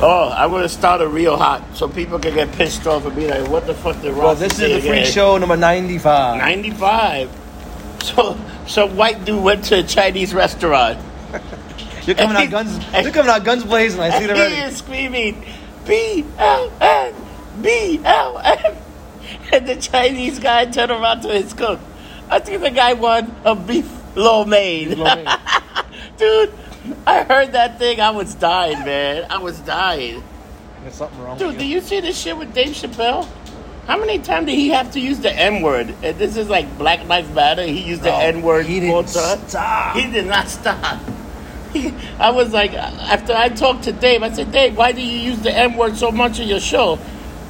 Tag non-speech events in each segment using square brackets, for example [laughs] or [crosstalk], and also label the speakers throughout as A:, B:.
A: Oh, I'm gonna start it real hot so people can get pissed off and be like, "What the fuck did Ross?"
B: Well, this is the free show number 95.
A: 95. So, some white dude went to a Chinese
B: [laughs]
A: restaurant.
B: You're coming
A: [laughs]
B: out guns. You're coming out guns blazing. I see it
A: And he
B: already.
A: is screaming, B L M B L M, and the Chinese guy turned around to his cook. I think the guy won a beef lo mein. [laughs] Dude, I heard that thing. I was dying, man. I was dying.
B: There's something wrong
A: Dude,
B: with
A: do
B: you.
A: you see this shit with Dave Chappelle? How many times did he have to use the N word? And this is like Black Lives Matter. He used the
B: No,
A: N word
B: he
A: all
B: didn't
A: time.
B: stop.
A: He did not stop. He, I was like, uh, after I talked to Dave, I said, Dave, why do you use the N word so much in your show?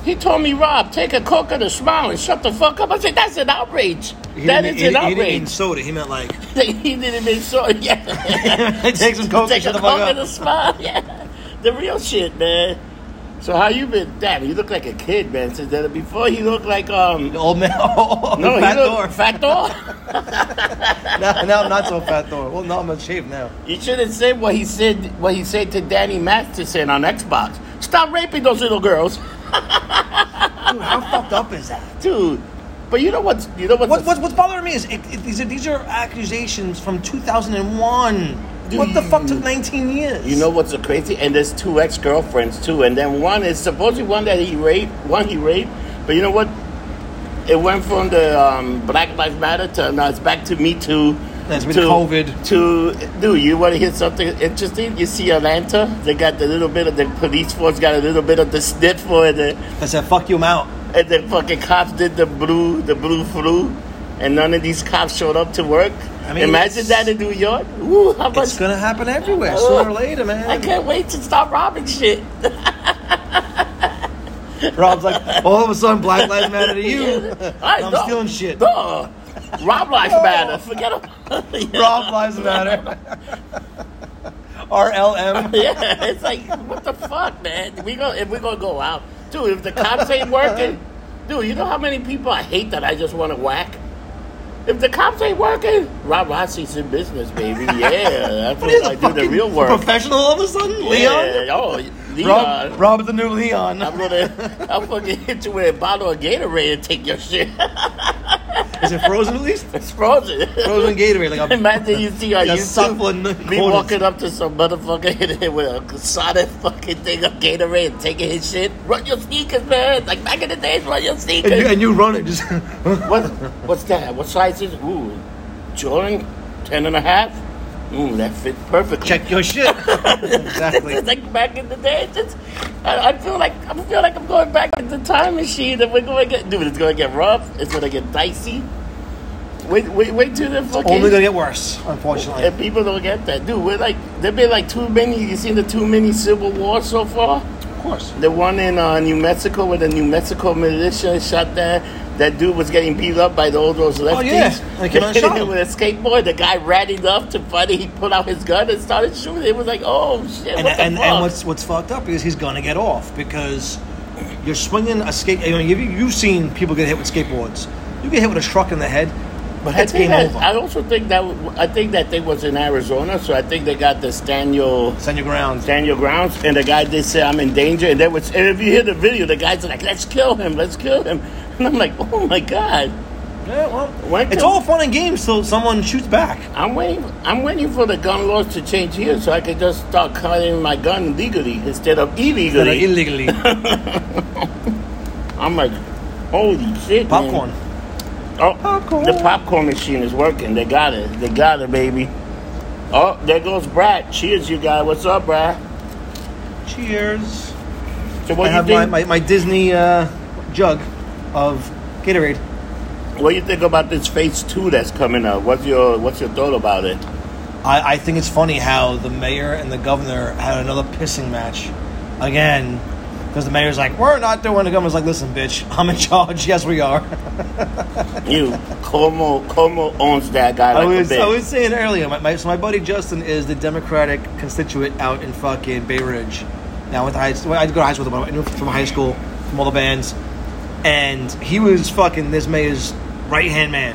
A: He told me, Rob, take a coke and a smile and shut the fuck up. I said, that's an outrage.
B: He
A: that
B: didn't-
A: is
B: he-
A: an
B: He didn't mean
A: outrage.
B: soda. He
A: [laughs]
B: meant like [laughs]
A: He didn't even so yeah.
B: take some coke and
A: Take a
B: shut the
A: coke
B: fuck
A: and a
B: up.
A: smile. [laughs] Yeah, the real shit, man. So how you been, Damn, You look like a kid, man. Since then, before he looked like um.
B: The old man. [laughs] Oh,
A: No,
B: fat
A: he looked
B: door. [laughs]
A: fat door.
B: Now, now I'm not so fat door. Well, now I'm a shape now.
A: You should have said what he said. What he said to Danny Masterson on Xbox. Stop raping those little girls,
B: Dude, how fucked up is that?
A: dude. But you know what's you know what's,
B: What, what's what's bothering me is it, it, these are these are accusations from 2001. What the fuck took 19 years?
A: you know what's so crazy? And there's two ex girlfriends too, and then one is supposedly one that he raped, one he raped. But you know what? It went from the um, Black Lives Matter to now it's back to Me Too.
B: That's with
A: to,
B: COVID.
A: To dude, you want to hear something interesting? You see Atlanta? They got the little bit of the police force got a little bit of the sniff for the
B: I said fuck you I'm out.
A: and the fucking cops did the blue, the blue flu, and none of these cops showed up to work.
B: I mean,
A: imagine
B: it's-
A: that in New York. Ooh, how much?
B: It's gonna happen everywhere sooner or
A: Ugh.
B: later, man.
A: I can't wait to stop robbing shit.
B: Rob's like, all of a sudden, Black Lives Matter to
A: [laughs]
B: you.
A: I
B: I'm
A: know.
B: stealing shit.
A: Duh. Rob lives matter. Forget about [laughs] it.
B: Rob Lives Matter. [laughs]
A: [laughs]
B: RLM.
A: Yeah, it's like what the fuck, man. We go if we gonna go out, dude. If the cops ain't working, dude, you know how many people I hate that I just want to whack. If the cops ain't working, Rob Rossi's in business,
B: [laughs]
A: baby. Yeah, that's
B: What is
A: when I
B: a
A: do the
B: fucking
A: real work.
B: Professional all of a sudden? Leon?
A: Yeah, oh,
B: Rob,
A: Leon.
B: Rob is the new Leon.
A: I'm gonna, [laughs] I'm fucking hit you with a bottle of Gatorade and take your shit.
B: [laughs] Is it frozen at
A: [laughs]
B: least?
A: it's frozen.
B: Frozen Gatorade. Like
A: [laughs]
B: a,
A: Imagine you see our
B: Yeah, supple
A: YouTube
B: and
A: me
B: corners.
A: walking up to some motherfucker [laughs] hitting him with a solid fucking thing of Gatorade and taking his shit. Run your sneakers, man. Like back in the days, run your
B: and, you,
A: sneakers.
B: and you run it. Just [laughs]
A: what, what's that? What size is Ooh, Jordan, 10 and a half? Ooh, that fits perfectly.
B: check your shit.
A: [laughs]
B: exactly.
A: It's like back in the day. It's just, I, I feel like I feel like I'm going back in the time machine, and we're going to get dude. It's going to get rough. It's going to get dicey. Wait, wait, wait till the fucking
B: Only gonna get worse, unfortunately.
A: and people don't get that, dude. We're like, there been like too many. You seen the too many civil wars so far?
B: Of course.
A: The one in uh, New Mexico where the New Mexico militia shot that that dude was getting beat up by the old those lefties.
B: Oh, yeah. They came out and
A: hit [laughs]
B: shot
A: him
B: him.
A: with a skateboard. The guy ran enough to fight it. He pulled out his gun and started shooting. It was like, oh shit!
B: and
A: what the
B: and,
A: fuck?
B: and what's what's fucked up is he's gonna get off because you're swinging a skate. I mean, you, you've seen people get hit with skateboards. You get hit with a truck in the head, but
A: I
B: that's
A: think
B: game
A: that,
B: over.
A: I also think that I think that thing was in Arizona, so I think they got this Daniel.
B: Stand your ground.
A: stand your grounds. And the guy did say, I'm in danger. And that was, and if you hear the video, the guy's like, let's kill him, let's kill him. [laughs] And I'm like, oh my God.
B: Yeah, well,
A: When
B: it's
A: can-
B: all fun and games till someone shoots back.
A: I'm waiting, I'm waiting for the gun laws to change here so I can just start carrying my gun legally instead of
B: That are
A: illegally.
B: illegally
A: [laughs] I'm like, holy shit. man.
B: popcorn.
A: Oh,
B: Popcorn.
A: the popcorn machine is working. They got it. They got it, baby. Oh, there goes Brad. Cheers, you guys. What's up, Brad?
B: Cheers.
A: So
B: I
A: what you
B: have my,
A: think?
B: my, my Disney uh, jug of Gatorade.
A: what you think about this phase two that's coming up? What's your What's your thought about it?
B: I, I think it's funny how the mayor and the governor had another pissing match again because the mayor's like, we're not doing it." The governor's like, listen, bitch, I'm in [laughs] charge. Yes, we are.
A: You, Como, Como owns that guy
B: I
A: like
B: was
A: a bitch.
B: I was saying earlier, my, my, so my buddy Justin is the Democratic constituent out in fucking Bay Ridge. Now, I went to high, well, I did go to high school with him. I knew him from high school, from all the bands, and he was fucking this mayor's right hand man.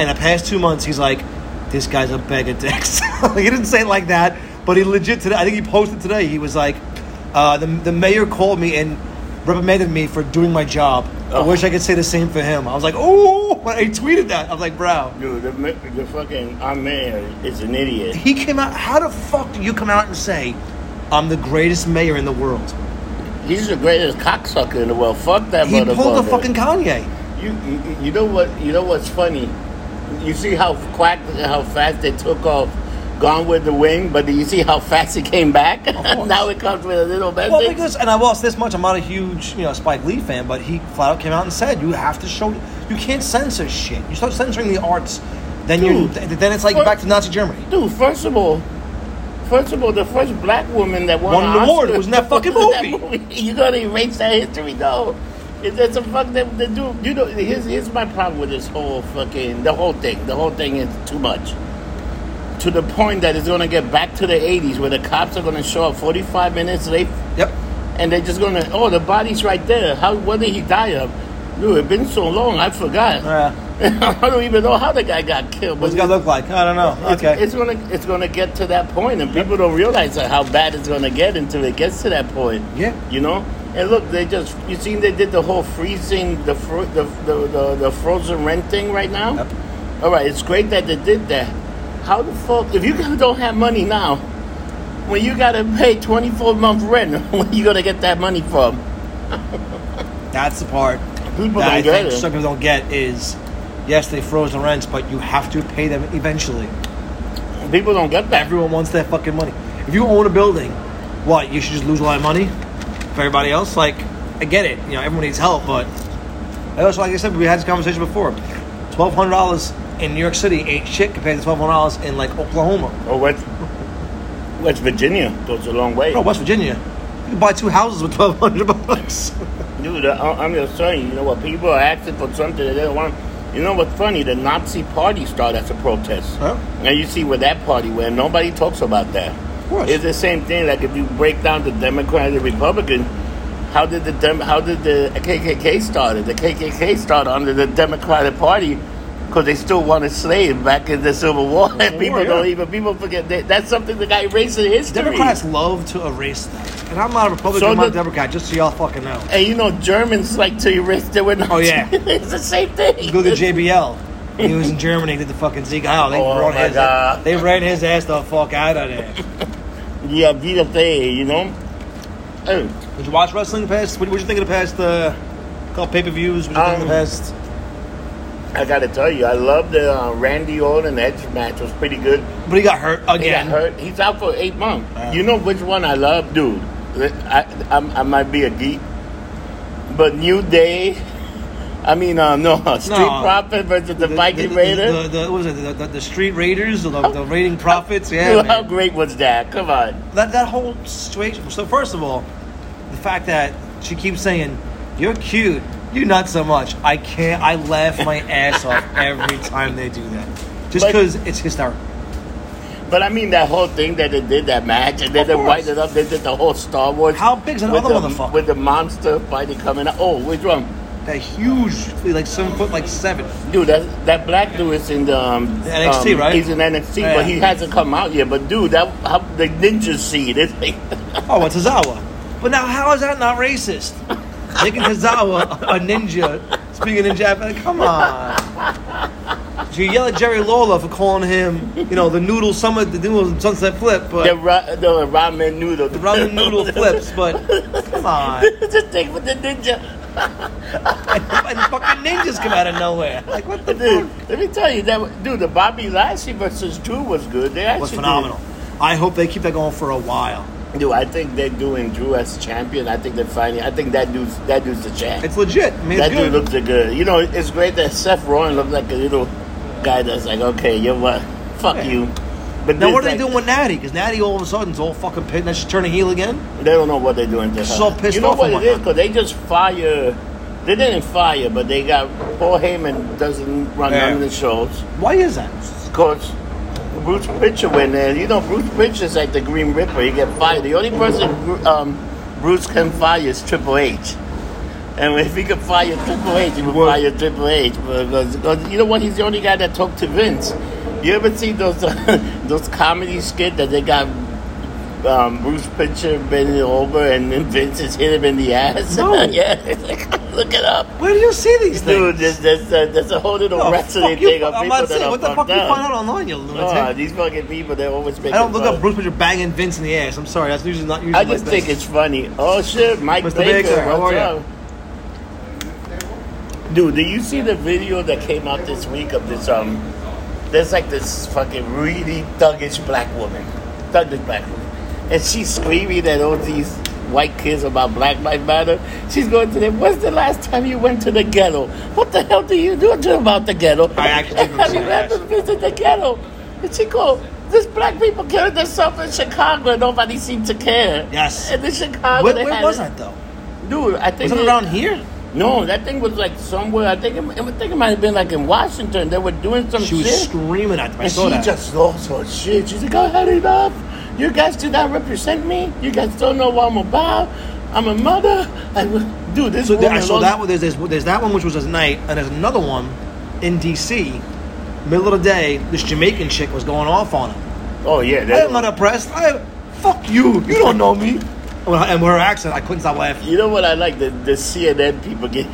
B: And the past two months, he's like, "This guy's [laughs] a bag of dicks." Like, he didn't say it like that, but he legit today. I think he posted today. He was like, Uh, the, the mayor called me and reprimanded me for doing my job. I
A: Oh.
B: wish I could say the same for him. I was like, oh, when [laughs] I tweeted that, I was like, bro.
A: Dude, the, ma- the fucking our mayor is an idiot.
B: He came out, how the fuck do you come out and say, I'm the greatest mayor in the world?
A: He's the greatest cocksucker in the world. Fuck that
B: He
A: motherfucker.
B: pulled a fucking Kanye.
A: You, you you know what you know what's funny? You see how quack how fast they took off Gone with the Wind, but do you see how fast it came back?
B: course.
A: [laughs] now it comes with a little message.
B: Well, because, and I lost this much. I'm not a huge, you know, Spike Lee fan, but he flat out came out and said, "You have to show. You can't censor shit. You start censoring the arts, then you,
A: Dude.
B: th- then it's like
A: What?
B: back to Nazi Germany.
A: Dude, first of all, first of all, the first black woman that won,
B: Won
A: an
B: an award
A: Oscar
B: was in
A: [laughs]
B: that fucking
A: was in
B: movie.
A: You gonna erase that history? No. It's that's a fuck that the dude. You know, here's, here's my problem with this whole fucking the whole thing. The whole thing is too much. To the point that it's gonna get back to the '80s where the cops are gonna show up 45 minutes late
B: Yep.
A: and they're just gonna oh the body's right there. How what did he die of? Dude, it's been so long, I forgot.
B: Uh,
A: [laughs] I don't even know how the guy got killed.
B: what's
A: But
B: it gonna look like? I don't know.
A: it's,
B: Okay.
A: it's gonna it's gonna get to that point, and people don't realize that how bad it's gonna get until it gets to that point.
B: Yeah.
A: you know. And look, they just you seen they did the whole freezing the fro- the, the the the frozen rent thing right now.
B: Yep.
A: All right, it's great that they did that. How the fuck if you guys don't have money now, when you gotta pay twenty four month rent, [laughs] where you gonna get that money from?
B: That's the part
A: People
B: that
A: don't
B: I
A: get
B: think
A: it.
B: some people don't get is, yes, they froze the rents, but you have to pay them eventually.
A: People don't get that.
B: Everyone wants that fucking money. If you own a building, what you should just lose a lot of money for everybody else. Like, I get it. You know, everyone needs help, but I also, like I said, we had this conversation before. Twelve hundred dollars in New York City ain't shit compared to twelve hundred dollars in like Oklahoma
A: Or oh, West West Virginia goes a long way.
B: or West Virginia. You can buy two houses with twelve hundred bucks.
A: [laughs] Dude, I, I'm just saying, you know what? People are asking for something that they don't want. You know what's funny? The Nazi party started as a protest.
B: Huh?
A: And you see where that party went. Nobody talks about that.
B: course.
A: It's the same thing. Like if you break down the Democrat and the Republican, how did the Dem- how did the KKK started? The KKK started under the Democratic Party because they still wanted slaves back in the Civil War. [laughs] And people
B: War,
A: don't
B: yeah.
A: even people forget that. That's something that got erased in history.
B: Democrats love to erase that, and I'm not a Republican,
A: So
B: I'm not a
A: the-
B: Democrat. Just so y'all fucking know.
A: And you know Germans like to erase their were not.
B: Oh, yeah.
A: [laughs] it's the same thing.
B: Go to JBL. When he was in Germany, did the fucking Zeke Isle. They,
A: Oh,
B: ran
A: my
B: his,
A: God.
B: they ran his ass the fuck out of there.
A: Yeah, vida feia, you know? Hey,
B: Did you watch wrestling the past? What did you think of the past uh, couple pay per views? What did you think of the
A: Um,
B: past?
A: I gotta tell you, I love the uh, Randy Orton Edge match. It was pretty good.
B: But he got hurt
A: He got
B: again.
A: hurt. He's out for eight months.
B: Wow.
A: You know which one I love, dude? I, I'm- I, might be a geek, but New Day. I mean, uh, no, [laughs] Street Profit versus the, Viking Oh. Raider.
B: The, the, what was it? The, the, the Street Raiders, the, the Raiding Profits.
A: [laughs]
B: Yeah,
A: Dude,
B: man.
A: how great was that? Come on.
B: that that whole situation. So first of all, the fact that she keeps saying, "You're cute," you not so much. I can't. I
A: [laughs]
B: laugh my ass off every time they do that, just
A: But-
B: because it's hysterical.
A: But I mean, that whole thing that they did that match, and then
B: Of
A: they
B: course.
A: whited up. They did the whole Star Wars.
B: How big's that
A: with
B: other
A: the,
B: motherfucker?
A: With the monster fighting coming out. Oh, which one?
B: That huge, like seven foot, like seven.
A: Dude, that that black dude is in the, um,
B: The NXT,
A: um,
B: right?
A: He's in NXT,
B: Yeah.
A: but he hasn't come out yet. But dude, that how the ninja seed is.
B: Oh, it's Tazawa. But now, how is that not racist? Making Tazawa a ninja, speaking in Japanese. Come on. So you yell at Jerry Lola for calling him, you know, the noodle summer, the noodle sunset flip,
A: [laughs] the,
B: but
A: ra- the ramen noodle. [laughs]
B: the ramen noodle flips. But come on,
A: the thing with the ninja,
B: and, and fucking ninjas come out of nowhere. Like what the
A: dude.
B: fuck?
A: Let me tell you that dude, the Bobby Lashley versus Drew was good. They actually
B: Was
A: did.
B: phenomenal. I hope they keep that going for a while.
A: Dude, I think they're doing Drew as champion. I think they're finally. I think that dude's that dude's the champ.
B: It's legit. I mean, it's
A: that dude
B: good.
A: looks a good. You know, it's great that Seth Rollins looked like a little guy that's like, okay, you know what? Fuck
B: Yeah.
A: you. But
B: now
A: this,
B: what are they
A: like,
B: doing with Natty? Because Natty all of a sudden is all fucking pissed. Now she's turning heel again.
A: They don't know what they're doing to her.
B: So pissed
A: you know
B: off
A: what
B: and
A: it is?
B: whatnot.
A: Because they just fire. They didn't fire, but they got Paul Heyman doesn't run
B: Yeah.
A: none of the shows.
B: Why is that?
A: Of course, Bruce Pritchard went there. You know, Bruce Pritchard's like the Green Ripper. He get fired. The only person um, Bruce can fire is Triple H. And if he could fire Triple H, he would
B: Well-
A: fire Triple H because, because you know what? He's the only guy that [laughs] talked to Vince. You ever see those those comedy skit that they got um, Bruce Pitcher bending over and then Vince is hit him in the ass. [laughs]
B: No.
A: yeah, it's like, look it up.
B: Where do you see these
A: Dude,
B: things?
A: there's, there's, a, there's a whole little
B: Oh,
A: wrestling
B: fuck you,
A: thing of
B: I'm
A: people that
B: not saying
A: are
B: what the fuck
A: fucked
B: you find out
A: up.
B: online, you lunatic.
A: Ah, these fucking people, they always make
B: I don't
A: fun.
B: look up Bruce Pitcher banging Vince in the ass. I'm sorry, that's usually not usually.
A: I
B: my
A: just
B: thing.
A: think it's funny. Oh shit, Mike
B: Mr.
A: Baker,
B: Baker, how
A: what's
B: are you?
A: up? Dude, did you see the video that came out this week of this um there's like this fucking really thuggish black woman. Thuggish black woman. And she's screaming at all these white kids about Black Lives Matter. She's going to them, when's the last time you went to the ghetto? What the hell do you do about the ghetto?
B: I
A: [laughs]
B: actually didn't see
A: you
B: that.
A: ever visit the ghetto? And she go, there's black people killing themselves in Chicago and nobody seemed to care.
B: Yes.
A: And in Chicago,
B: Where,
A: they
B: where
A: had
B: was
A: it.
B: that though?
A: Dude, I think
B: Was it
A: it-
B: around here?
A: No, that thing was like somewhere. I think it, I think it might have been like in Washington. They were doing some
B: She was
A: shit.
B: screaming at them. I
A: And
B: saw
A: she
B: that.
A: just lost her shit. She's like, I had enough. You guys do not represent me. You guys don't know what I'm about. I'm a mother. I, w- dude, this
B: So
A: woman
B: there, I saw
A: lost-
B: that one. There's, there's there's that one which was at night, and there's another one in D.C. Middle of the day, this Jamaican chick was going off on him.
A: Oh, yeah.
B: I
A: that-
B: am not oppressed. I fuck you. You don't know me. Well, and with her accent, I couldn't stop laughing.
A: You know what I like? The, the CNN people get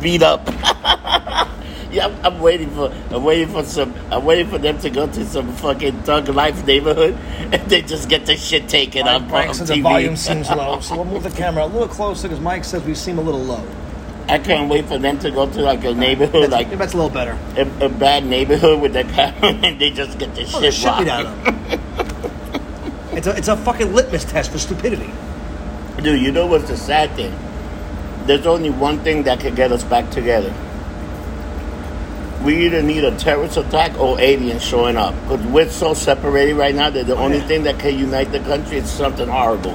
A: [laughs] beat up. [laughs] yeah, I'm, I'm waiting for I'm waiting for some I'm waiting for them to go to some fucking thug life neighborhood [laughs] and they just get the shit taken on, on
B: Mike says the
A: TV.
B: volume seems low, so we'll move the camera a little closer because Mike says we seem a little low.
A: I can't wait for them to go to like a neighborhood,
B: That's,
A: like
B: that's a little better.
A: a, a bad neighborhood [laughs] with the camera, and they just get the
B: Oh,
A: shit
B: shit
A: rocked.
B: beat out of them. It's a, it's a fucking litmus test for stupidity.
A: Dude, you know what's the sad thing? There's only one thing that could get us back together. We either need a terrorist attack or aliens showing up. Because we're so separated right now that the only
B: yeah.
A: thing that can unite the country is something horrible.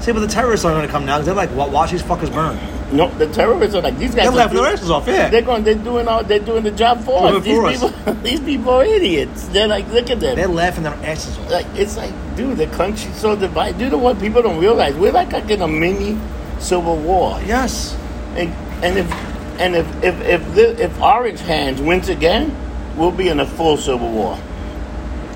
B: See, but the terrorists aren't going to come now because they're like, "Wa- watch these fuckers burn.
A: No, the terrorists are like, these guys
B: They're
A: are
B: laughing their
A: doing,
B: asses off, yeah.
A: they're going, they're doing all, they're doing the job for
B: Doing
A: us.
B: it for
A: These
B: us.
A: people, [laughs] these people are idiots. They're like, look at them.
B: They're laughing their asses off.
A: like it's like, dude, the country's so divided. You know what people don't realize? We're like, like in a mini civil war.
B: Yes.
A: And, and if and if if if, the, if Orange Hands wins again, we'll be in a full civil war.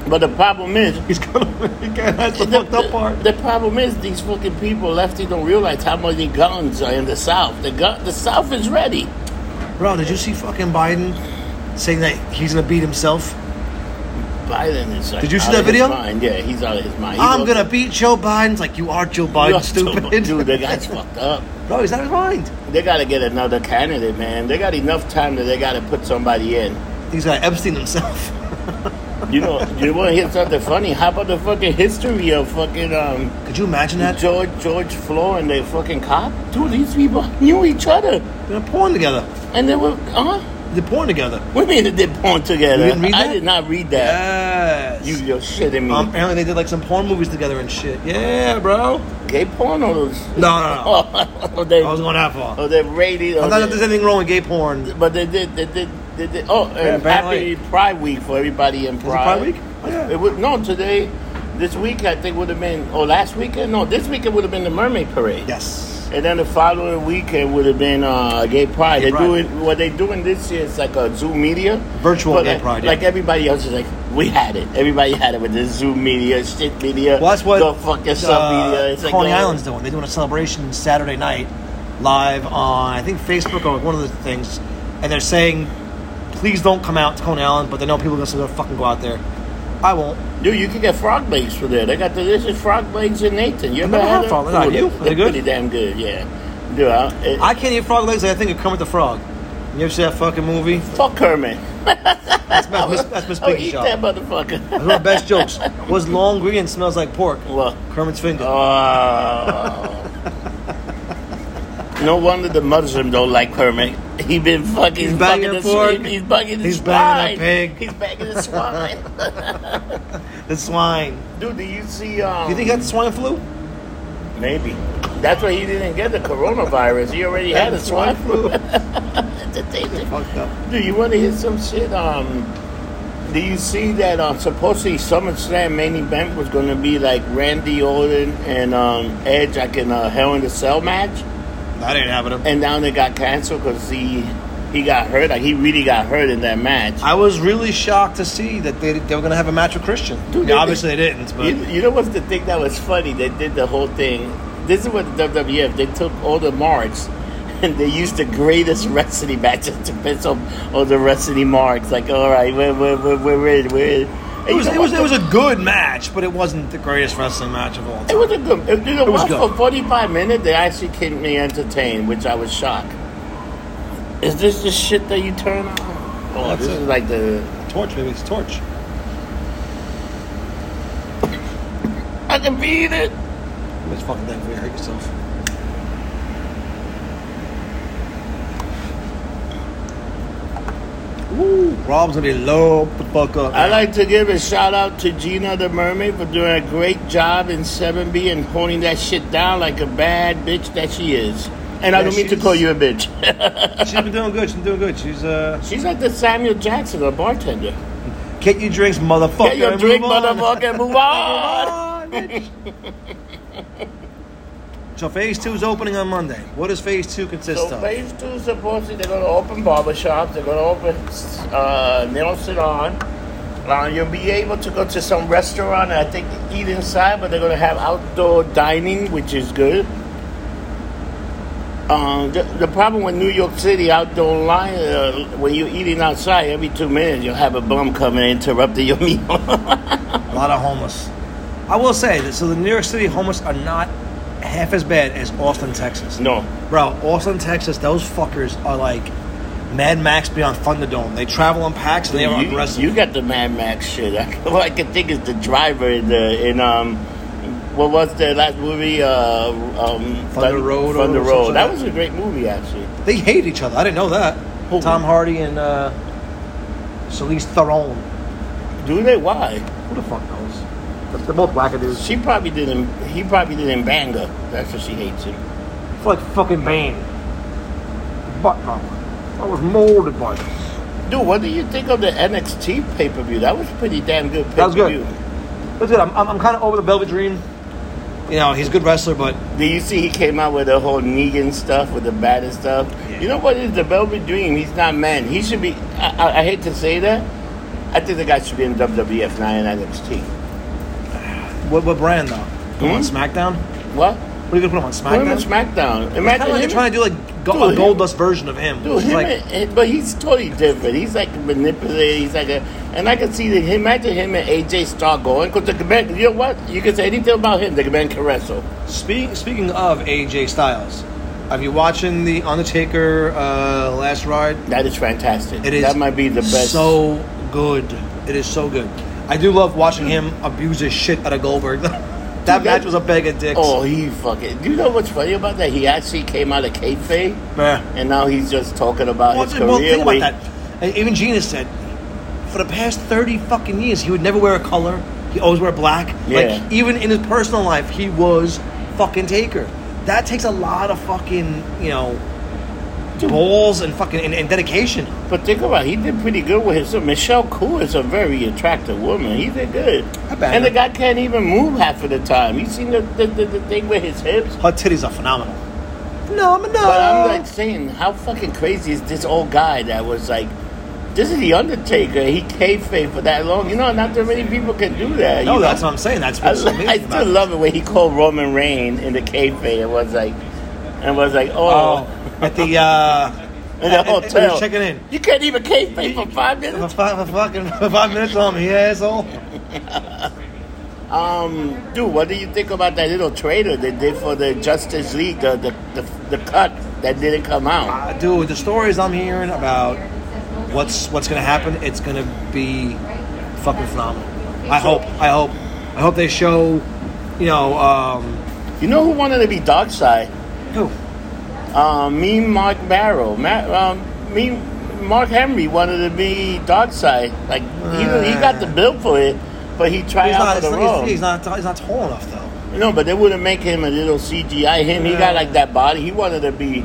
A: But the problem is,
B: He's gonna. [laughs] He can't, that's the
A: the,
B: fucked up part.
A: the problem is these fucking people lefty don't realize how many guns are in the South. The gun, the South is ready.
B: Bro, did you see fucking Biden saying that he's gonna beat himself?
A: Biden is like
B: Did you see
A: out
B: that
A: of his
B: video?
A: Mind. Yeah, he's out of his mind. He
B: I'm
A: goes-
B: gonna beat Joe Biden. It's like you are
A: [laughs]
B: Joe Biden,
A: Yo,
B: stupid.
A: dude. The guy's fucked up.
B: [laughs] Bro, he's out of his mind.
A: They got to get another candidate, man. They got enough time that they got to put somebody in.
B: He's got Epstein himself. [laughs]
A: You know, you want to hear something funny? How about the fucking history of fucking um,
B: Could you imagine that?
A: George George Floyd and the fucking cop? Dude, these people knew each other,
B: They're porn together.
A: and they were uh-huh. huh?
B: They're porn together.
A: We made it did porn together.
B: You didn't read
A: I
B: that?
A: did not read that.
B: Yes.
A: You you're shitting me.
B: um, apparently they did like some porn movies together and shit. Yeah, bro.
A: Gay porn or those? [laughs]
B: No, no, no.
A: Oh, they
B: I was
A: oh
B: going that far.
A: they rated.
B: I'm
A: Or
B: not that there's
A: they,
B: anything wrong with gay porn. Is it
A: but they did they did they did. Oh, and
B: apparently.
A: happy Pride Week for everybody in
B: Pride Week? Oh, yeah.
A: It would no today. This week I think would have been, or last weekend? No, this weekend would have been the Mermaid Parade.
B: Yes.
A: And then the following weekend would have been uh, Gay Pride.
B: Gay
A: They
B: Pride.
A: do it. What they doing this year is like a Zoom media
B: Virtual
A: But
B: Gay
A: like,
B: Pride, yeah.
A: Like everybody else is like, we had it. Everybody had it with the Zoom media, shit media.
B: Well, that's what uh,
A: go fuck yourself media. It's like uh,
B: Coney
A: go-
B: Island's doing. They're doing a celebration Saturday night, live on I think Facebook or one of the things, and they're saying, "Please don't come out to Coney Island," but they know people are gonna still fucking go out there. I won't.
A: Dude, you can get frog legs for there. They got delicious frog legs in Nathan. You
B: I've
A: ever
B: never had
A: had
B: frog
A: them?
B: legs. Have
A: Ooh,
B: you? Are
A: They're,
B: they good?
A: pretty damn good. Yeah. Dude, I, it,
B: I can't eat frog legs. I think of Kermit the Frog. You ever see that fucking movie?
A: fuck Herman. [laughs]
B: That's my, that's
A: Oh,
B: my speaking
A: eat
B: shop.
A: that motherfucker. [laughs]
B: That's one of the best jokes. Was long green and smells like pork.
A: Well.
B: Kermit's finger.
A: Oh. no wonder the Muslim don't like Kermit. He been fucking
B: He's
A: bugging
B: banging
A: the
B: a pork.
A: He's bugging the
B: He's
A: swine.
B: banging a pig.
A: He's banging the
B: [laughs]
A: swine.
B: the swine.
A: Dude, do you see? Um,
B: You think that's swine flu?
A: maybe? That's why he didn't get the coronavirus. He already had a swine flu. [laughs] That's the thing.
B: Fucked up.
A: Dude, you want to hear some shit? Um, do you see that? Um, supposedly SummerSlam main event was going to be like Randy Orton and um, Edge, like in a Hell in a Cell match.
B: That ain't happening.
A: and now they got canceled because he he got hurt. Like he really got hurt in that match.
B: I was really shocked to see that they, they were going to have a match with Christian.
A: Dude,
B: Yeah,
A: they-
B: obviously they didn't, but
A: You, you know what's the thing that was funny? They did the whole thing. This is what the WWF they took all the marks [laughs] and they used the greatest wrestling matches [laughs] to piss off all the wrestling marks. Like, all right, we're we're we're we're, we're, we're.
B: it was it was it was a good match, but it wasn't the greatest wrestling match of all
A: It
B: time.
A: was a good. It, you know,
B: It was
A: what?
B: good.
A: for 45 minutes, they actually kept me entertained, which I was shocked. Is this the shit that you turn on? Oh,
B: That's
A: this
B: it.
A: is like the.
B: Torch, baby, it's torch.
A: I can beat it.
B: This fucking thing, you hurt yourself. Woo, Rob's gonna be low the fuck up.
A: I'd like to give a shout out to Gina the Mermaid for doing a great job in 7B and holding that shit down like a bad bitch that she is. And I
B: Yeah,
A: don't mean to
B: she's-
A: call you a bitch.
B: She's been doing good. She's been doing good. She's uh,
A: She's like the Samuel Jackson, a bartender.
B: get you drinks, motherfucker.
A: Get your
B: and
A: drink,
B: move on.
A: motherfucker, and move
B: [laughs]
A: on.
B: So phase two is opening on Monday. What does phase two consist
A: So
B: of?
A: phase two supposedly they're gonna open barbershops, they're gonna open uh, nail salon. Uh, you'll be able to go to some restaurant and I think eat inside, but they're gonna have outdoor dining, which is good. Um, the, the problem with New York City outdoor line, uh, when you're eating outside, every two minutes you'll have a bum coming and interrupting your [laughs] meal.
B: a lot of homeless. I will say that. So the New York City homeless are not half as bad as Austin, Texas.
A: no,
B: Bro, Austin, Texas, those fuckers are like Mad Max beyond Thunderdome. They travel in packs and they are
A: you,
B: aggressive.
A: you got the Mad Max shit. [laughs] All I can think is the driver in the in um, what was the last movie? Uh, um,
B: Thunder Road or
A: Thunder
B: something
A: Road. That
B: like
A: was a great movie, actually.
B: they hate each other. I didn't know that.
A: Who?
B: Tom Hardy and uh, Charlize Theron.
A: Do they? Why?
B: Who the fuck knows? But They're both wackadoos.
A: She probably didn't. He probably didn't bang her. That's what she hates him.
B: It's like fucking Bane. Butt problem. I was molded by this.
A: Dude, what do you think of the NXT pay per view? That was pretty damn good. Pay-per-view.
B: That was good. That's it. I'm, I'm, I'm kind of over the Velvet Dream. You know, he's a good wrestler, but
A: Did you see he came out with the whole Negan stuff, with the baddest stuff? You know what is the Velvet Dream? He's not man. He should be. I, I, I hate to say that. I think the guy should be in WWF, not in NXT.
B: what, what brand though? Go On
A: Hmm?
B: SmackDown?
A: What?
B: What are you gonna put him on
A: Put him
B: SmackDown?
A: on SmackDown.
B: Kind
A: Imagine
B: of like they're
A: him,
B: trying to do like go,
A: Dude,
B: a
A: him-
B: Gold Dust version of him.
A: dude,
B: which is
A: him
B: like,
A: and- but he's totally different. He's like manipulated. He's like a, and I can see that. Imagine him and AJ Star going because the man. You know what? You can say anything about him. The man can wrestle.
B: Speaking speaking of AJ Styles, are you watching the Undertaker uh, Last Ride?
A: That is fantastic.
B: It is
A: That might be the best.
B: So good. It is so good. I do love watching him abuse his shit out of Goldberg. [laughs] that
A: Hmm. Dude,
B: match
A: that-
B: was a bag of dicks.
A: Oh, he fucking. You know what's funny about that? He actually came out of kayfabe,
B: man.
A: and now he's just talking about
B: Well,
A: his
B: th- well,
A: career.
B: think
A: where
B: about that. And even Gina said, for the past thirty fucking years, he would never wear a color. He always wore black.
A: Yeah.
B: Like even in his personal life, he was fucking taker. That takes a lot of fucking you know balls and fucking and, and dedication.
A: he- But think about, it, he did pretty good with his. So Michelle Cool is a very attractive woman. He did good,
B: I bet.
A: and the guy can't even move half of the time. You seen the the, the, the thing with his hips?
B: Her titties are phenomenal. No, no.
A: But I'm
B: Oh.
A: like saying, how fucking crazy is this old guy that was like, this is the Undertaker. He kayfabe for that long. You know, not that many people can do that.
B: no,
A: you know?
B: that's what I'm saying. That's
A: I,
B: what's
A: lo-
B: amazing
A: I
B: about
A: still
B: it.
A: love it when he called Roman Reign in the cafe and was like, and was like, oh,
B: Oh, at the uh,
A: in [laughs] the
B: and- and
A: hotel.
B: you're checking in.
A: You can't even cafe for five
B: for
A: minutes.
B: five, for fucking for five minutes on me, asshole. Uh-huh.
A: Um, dude, what do you think about that little trailer they did for the Justice League, the the, the, the cut that didn't come out?
B: Uh, dude, the stories I'm hearing about what's what's gonna happen, it's gonna be fucking phenomenal. I hope, I hope, I hope they show, you know, um,
A: You know who wanted to be Dark Side?
B: who?
A: Um, me, Mark Barrow, Ma- um, me, Mark Henry wanted to be Dark Side. Like he, he got the bill for it, but he tried
B: Uh. He's
A: out for
B: not, he's,
A: the
B: not,
A: role.
B: he's, he's not, he's not tall enough though.
A: No, but they wouldn't make him a little CGI. Him, he got like that body. He wanted to be.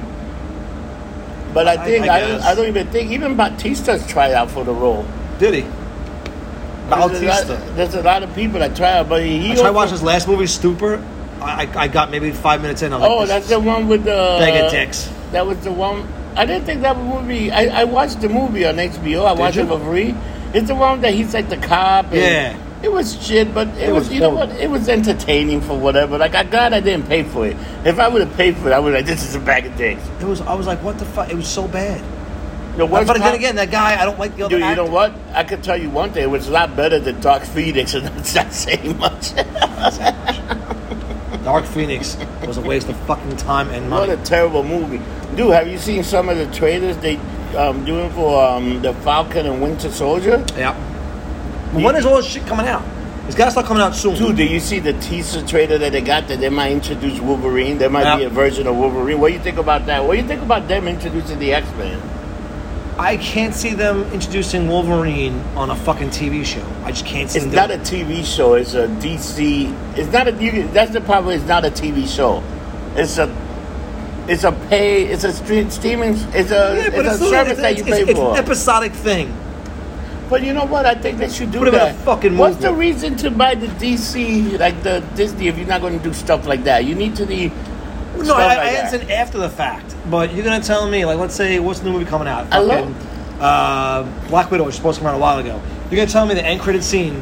A: But I
B: I-
A: think
B: I
A: I, don't,
B: guess.
A: I don't even think even Batista's tried out for the role.
B: Did he?
A: There's a lot-
B: Bautista.
A: There's a lot of people that try out, but he.
B: I tried watching his last movie, Stupor. I, I, I got maybe five minutes in. I'm like,
A: Oh,
B: this
A: that's
B: is
A: the one with the
B: bag of dicks.
A: That was the one. I didn't think that movie. I, I watched the movie on HBO. I watched
B: you?
A: it for free. It's the one that he's like the cop. and
B: Yeah.
A: It was shit, but it,
B: It
A: was,
B: was
A: you know
B: horrible.
A: what? It was entertaining for whatever. Like I'm glad I didn't pay for it. If I would have paid for it, I would have. This is a bag of dicks.
B: It was. I was like, what the fuck? It was so bad.
A: The
B: But,
A: worst
B: but then
A: part-
B: again, that guy. I don't like the other.
A: Dude, you
B: actor.
A: know what? I could tell you one thing. It was a lot better than Dark Phoenix, and [laughs] that's not saying much.
B: Dark Phoenix was a waste of fucking time and
A: what
B: money.
A: a terrible movie, dude. Have you seen some of the trailers they um, doing for um, the Falcon and Winter Soldier?
B: Yeah. But When is all this shit coming out? It's gotta start coming out soon.
A: Dude, do you see the teaser trailer that they got that they might introduce Wolverine? There might be
B: Yeah.
A: a version of Wolverine. What do you think about that? What do you think about them introducing the X Men?
B: I can't see them introducing Wolverine on a fucking TV show. I just can't see
A: It's
B: them.
A: not a TV show. It's a DC. It's not a. You, that's the problem. It's not a TV show. It's a. It's a pay. It's a stream, streaming. It's a.
B: yeah,
A: it's,
B: but
A: a
B: it's, still-
A: service
B: it's-
A: that you
B: it's-
A: pay
B: it's
A: for.
B: an episodic thing.
A: But you know what? I think they should do
B: Put it in a
A: that.
B: fucking
A: What's the
B: movement.
A: reason to buy the DC like the Disney if you're not going to do stuff like that? You need to the.
B: No,
A: stuff
B: I,
A: like
B: I
A: that.
B: answered after the fact. But you're gonna tell me, like, let's say, what's the new movie coming out?
A: I love-
B: Fucking, uh, Black Widow, which was supposed to come out a while ago. You're gonna tell me the end credit scene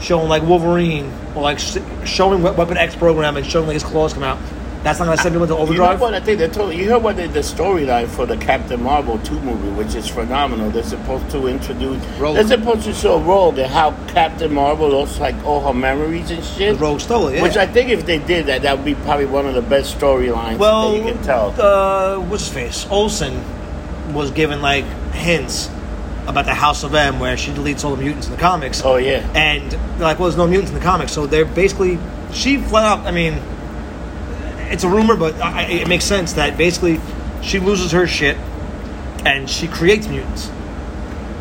B: showing like Wolverine or like sh- showing We- Weapon X program and showing like his claws come out. That's not gonna send people into overdrive.
A: You know what I think they told you heard what they, the storyline for the Captain Marvel two movie, which is phenomenal. They're supposed to introduce
B: Rogue.
A: they're supposed to show Rogue and how Captain Marvel lost like all her memories and shit.
B: Rogue stole it. Yeah.
A: Which I think if they did that, that would be probably one of the best storylines
B: Well,
A: that you can tell.
B: Uh, what's his face? Olsen was given like hints about the House of M, where she deletes all the mutants in the comics.
A: oh yeah,
B: And they're like, well, there's no mutants in the comics, so they're basically she flat out. I mean, it's a rumor, but I, I- it makes sense that basically she loses her shit and she creates mutants.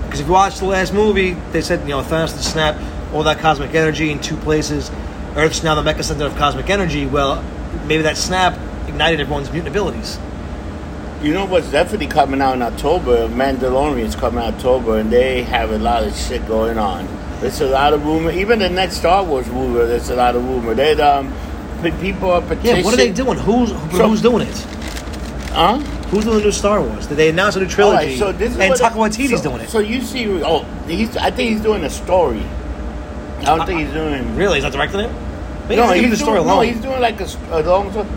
B: Because if you watch the last movie, they said you know Thanos the snap all that cosmic energy in two places. Earth's now the mecha center of cosmic energy. Well, maybe that snap ignited everyone's mutant abilities.
A: you know what's definitely coming out in October? Mandalorian's coming out October, and they have a lot of shit going on. There's a lot of rumor. Even the next Star Wars rumor, there's a lot of rumor. They um, pe- people are
B: Yeah,
A: petitioning.
B: what are they doing? Who's who-
A: So-
B: who's doing it?
A: Huh?
B: Who's doing the new Star Wars? Did they announce a new
A: All
B: trilogy?
A: right, so this is
B: and
A: what
B: Taika Waititi's
A: so,
B: doing it.
A: So you see, oh, he's, I think he's doing a story. I don't think he's doing.
B: Really? He's not directing it? Maybe
A: No, he's
B: he's leaving the story
A: doing,
B: alone.
A: no, he's doing like a, s- a long story.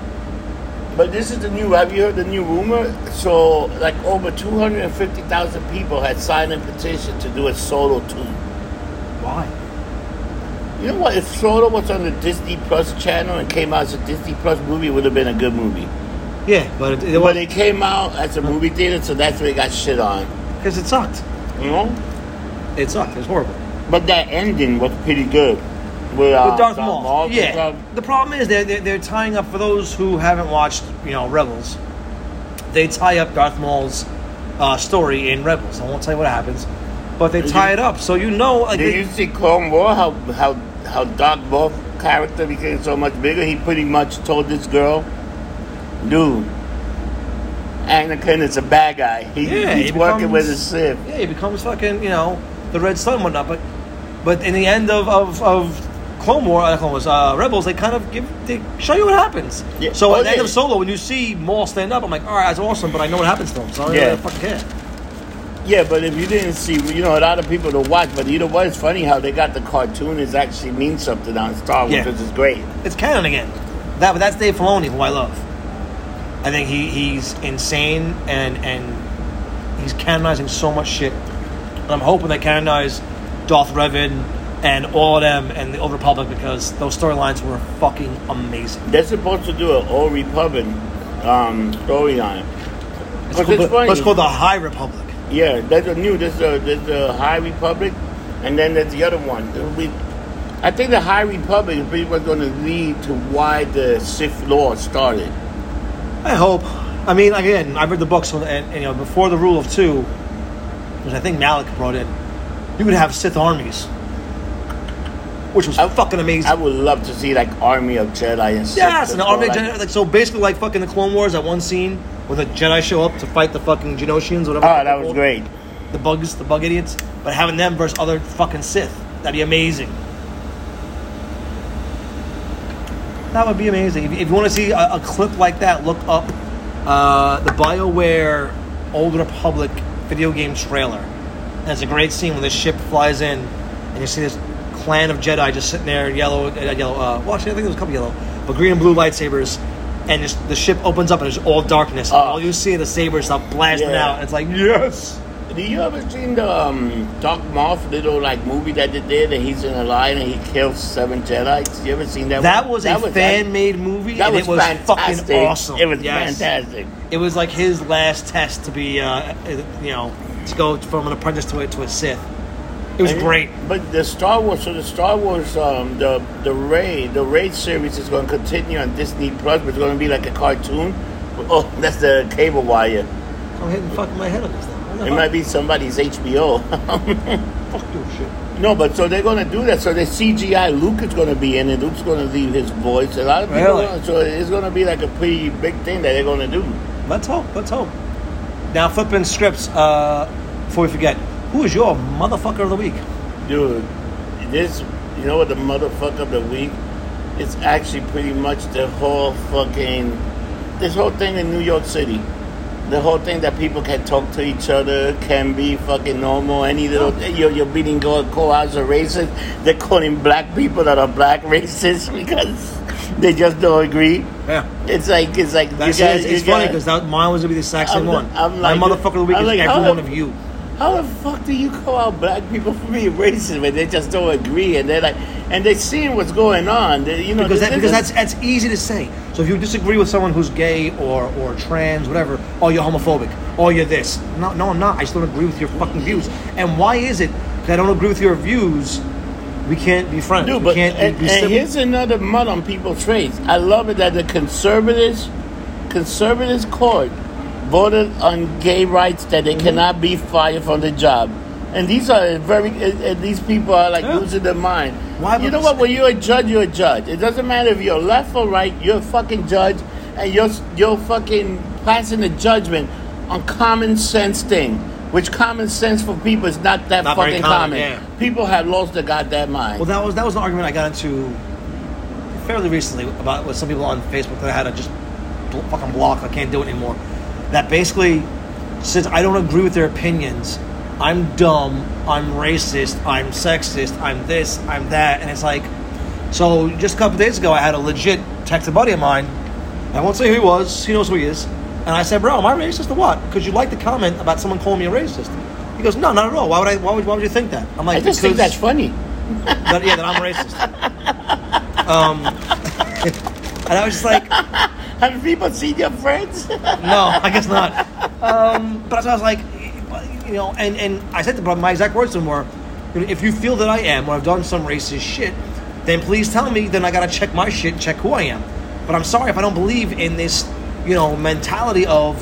A: But this is the new. Have you heard the new rumor? So, like over two hundred and fifty thousand people had signed a petition to do a solo two.
B: Why?
A: You know what? If Solo was on the Disney Plus channel and came out as a Disney Plus movie, it would have been a good movie.
B: Yeah, but it, it,
A: But it came out as a movie theater, so that's where it got shit on.
B: because it sucked.
A: You know.
B: It sucked. It was horrible.
A: But that ending was pretty good. With, uh,
B: With Darth Maul. yeah.
A: Darth-
B: The problem is they're, they're they're tying up for those who haven't watched you know Rebels. They tie up Darth Maul's uh, story in Rebels. I won't tell you what happens, but they tie it up so you know like
A: Did
B: they,
A: you see Clone War? How how how Darth Maul character became so much bigger? He pretty much told this girl, "Dude, Anakin is a bad guy. He,
B: Yeah,
A: he's
B: he
A: working with a
B: becomes-
A: Sith."
B: yeah he becomes fucking you know the Red Sun and whatnot. But but in the end of of, of Clone War, uh, Clone Wars, uh, Rebels, they kind of give they show you what happens.
A: Yeah.
B: So
A: Oh,
B: at the end
A: yeah.
B: of Solo, when you see Maul stand up, I'm like, all right, that's awesome, but I know what happens to him, so I don't
A: Yeah.
B: really fucking care.
A: Yeah, but if you didn't see, you know, a lot of people to watch. But you know what? It's funny how they got the cartoon is actually means something on Star Wars,
B: Yeah.
A: which is great.
B: It's canon again. That, but that's Dave Filoni, who I love. I think he, he's insane and and he's canonizing so much shit. And I'm hoping they canonize Darth Revan and all of them and the Old Republic because those storylines were fucking amazing.
A: They're supposed to do an old Republic um, storyline.
B: It's
A: But
B: called,
A: it's
B: the-
A: funny.
B: it's called the High Republic.
A: Yeah, there's a new, there's a, there's a uh, High Republic, and then there's the other one. There will be- I think the High Republic is pretty much going to lead to why the Sith Law started.
B: I hope. I mean, again, I read the books, and, and you know, before the Rule of Two, which I think Malik brought in, you would have Sith armies, which was
A: I-
B: fucking amazing.
A: I would love to see like Army of Jedi and Sith.
B: Yes, and the
A: before,
B: Army of
A: like-
B: Jedi, like so basically like fucking the Clone Wars that one scene where the Jedi show up to fight the fucking Genosians, whatever.
A: Oh, that
B: they're
A: was
B: called.
A: great.
B: The bugs, the bug idiots, but having them versus other fucking Sith, that'd be amazing. That would be amazing. If, if you want to see a, a clip like that, look up uh, the BioWare Old Republic video game trailer. And it's a great scene when the ship flies in, and you see this clan of Jedi just sitting there, yellow, uh, yellow. Uh, well, actually, I think there was a couple yellow, but green and blue lightsabers. And just, the ship opens up, and it's all darkness. and
A: Oh.
B: all you see are the sabers start blasting
A: Yeah.
B: out. And it's like yes.
A: Do you ever seen the um, Dark Moth little like movie that they did? And he's in a line and he kills seven Jedi's. You ever seen that?
B: That
A: one?
B: was a fan made movie,
A: That
B: and
A: was,
B: it was
A: fantastic.
B: fucking awesome.
A: It was
B: Yes.
A: fantastic.
B: It was like his last test to be, uh, you know, to go from an apprentice to a, to a Sith. It was
A: And-
B: great.
A: But the Star Wars, so the Star Wars, um, the the Ray, the Ray series is going to continue on Disney Plus, but it's going to be like a cartoon. Oh, that's the cable wire.
B: I'm hitting fucking my head on this thing. What the
A: It
B: fuck?
A: might be somebody's HBO.
B: Fuck you,
A: [laughs]
B: shit.
A: no, but so they're going to do that. So the CGI Luke is going to be in it. Luke's going to leave his voice. A lot of people.
B: Really?
A: Are, so it's going to be like a pretty big thing that they're going to do.
B: Let's hope. Let's hope. Now flipping scripts. Uh, before we forget, who is your motherfucker of the week?
A: Dude, this, you know what the motherfucker of the week? It's actually pretty much the whole fucking, this whole thing in New York City. The whole thing that people can talk to each other, can be fucking normal. Any little, you're, you're beating go co-ops are racist. They're calling black people that are black racist [laughs] because they just don't agree.
B: Yeah.
A: It's like, it's like,
B: That's
A: you
B: it.
A: guys,
B: It's, it's
A: you
B: funny
A: guys-
B: because mine was gonna be the exact same
A: I'm-
B: one.
A: I'm
B: My
A: like-
B: motherfucker of the week
A: I'm
B: is
A: like,
B: every
A: how-
B: one of you.
A: How the fuck do you call out black people for being racist when they just don't agree and they're like, and they're seeing what's going on? They, you know,
B: Because, that,
A: this
B: because
A: is-
B: that's that's easy to say. So if you disagree with someone who's gay or, or trans, whatever, oh you're homophobic, oh you're this. No, no, I'm not. I just don't agree with your fucking views. And why is it that I don't agree with your views? We can't be friends.
A: dude.
B: we
A: But
B: can't be-
A: and,
B: be
A: and
B: civil.
A: here's another mud on people's traits. I love it that the conservatives, conservatives court voted on gay rights that
B: Mm-hmm.
A: they cannot be fired from the job. And these are very, and and these people are like
B: Yeah.
A: losing their mind.
B: Why
A: you
B: would
A: know
B: this-
A: what? When you're a judge, you're a judge. It doesn't matter if you're left or right. You're a fucking judge, and you're you're fucking passing a judgment on common sense thing, which common sense for people is not that
B: Not very
A: fucking
B: common,
A: common.
B: yeah.
A: People have lost their goddamn mind.
B: Well, that was that was an argument I got into fairly recently about with some people on Facebook that I had to just bl- fucking block. I can't do it anymore. That basically, since I don't agree with their opinions, I'm dumb, I'm racist, I'm sexist, I'm this, I'm that, and it's like. So just a couple days ago, I had a legit text a buddy of mine. I won't say who he was. He knows who he is. And I said, "Bro, am I racist or what? Because you like the comment about someone calling me a racist." He goes, "No, not at all. Why would I? Why would, why would you think that?" I'm like,
A: I just think
B: "Because-
A: that's funny.
B: that, yeah, that I'm racist. Um, [laughs] and I was just like,
A: Have people seen your friends?
B: [laughs] no, I guess not. Um, but so I was like, you know, and, and I said to him, my exact words to him were, you know, if you feel that I am or I've done some racist shit, then please tell me. Then I gotta check my shit, check who I am. But I'm sorry if I don't believe in this, you know, mentality of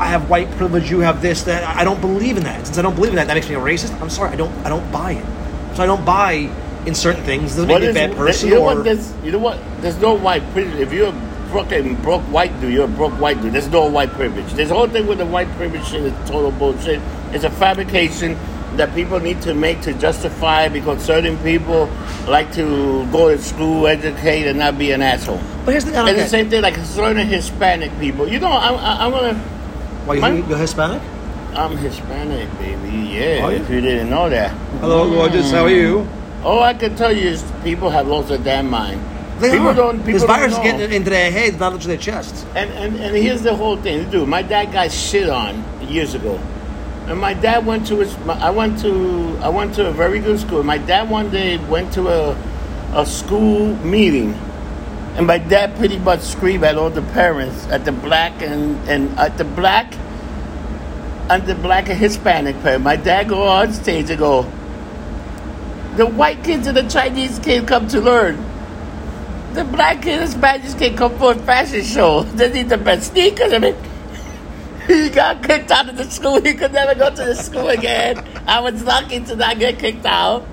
B: I have white privilege, you have this, that. I don't believe in that. Since I don't believe in that, that makes me a racist. I'm sorry, I don't, I don't buy it. So I don't buy in certain things. Doesn't make me a bad person
A: you know
B: or
A: what? There's, you know what? There's no white privilege. If you're a fucking broke white dude, you're a broke white dude. There's no white privilege. This whole thing with the white privilege shit is total bullshit. It's a fabrication that people need to make to justify because certain people like to go to school, educate, and not be an asshole.
B: But here's the thing.
A: And
B: I don't
A: the
B: get.
A: same thing, like certain Hispanic people. You know, I'm, I- I'm gonna.
B: Why you,
A: My-
B: you're Hispanic?
A: I'm Hispanic, baby. Yeah,
B: Are you?
A: if you didn't know that.
B: Hello, gorgeous. How are you?
A: All I can tell you is people have lost their damn mind.
B: They
A: people
B: are.
A: don't. People
B: this
A: don't
B: virus
A: know.
B: is getting into their heads, not into their chests.
A: And, and and here's the whole thing, dude. My dad got shit on years ago, and my dad went to his. My, I went to I went to a very good school. My dad one day went to a a school meeting, and my dad pretty much screamed at all the parents, at the black and and at the black, and the black and Hispanic parents. My dad go on stage and go. The white kids and the Chinese kids come to learn. The black kid and Spanish kid come for a fashion show. [laughs] They need the best sneakers. I mean, [laughs] he got kicked out of the school. He could never go to the school again. I was lucky to not get kicked out.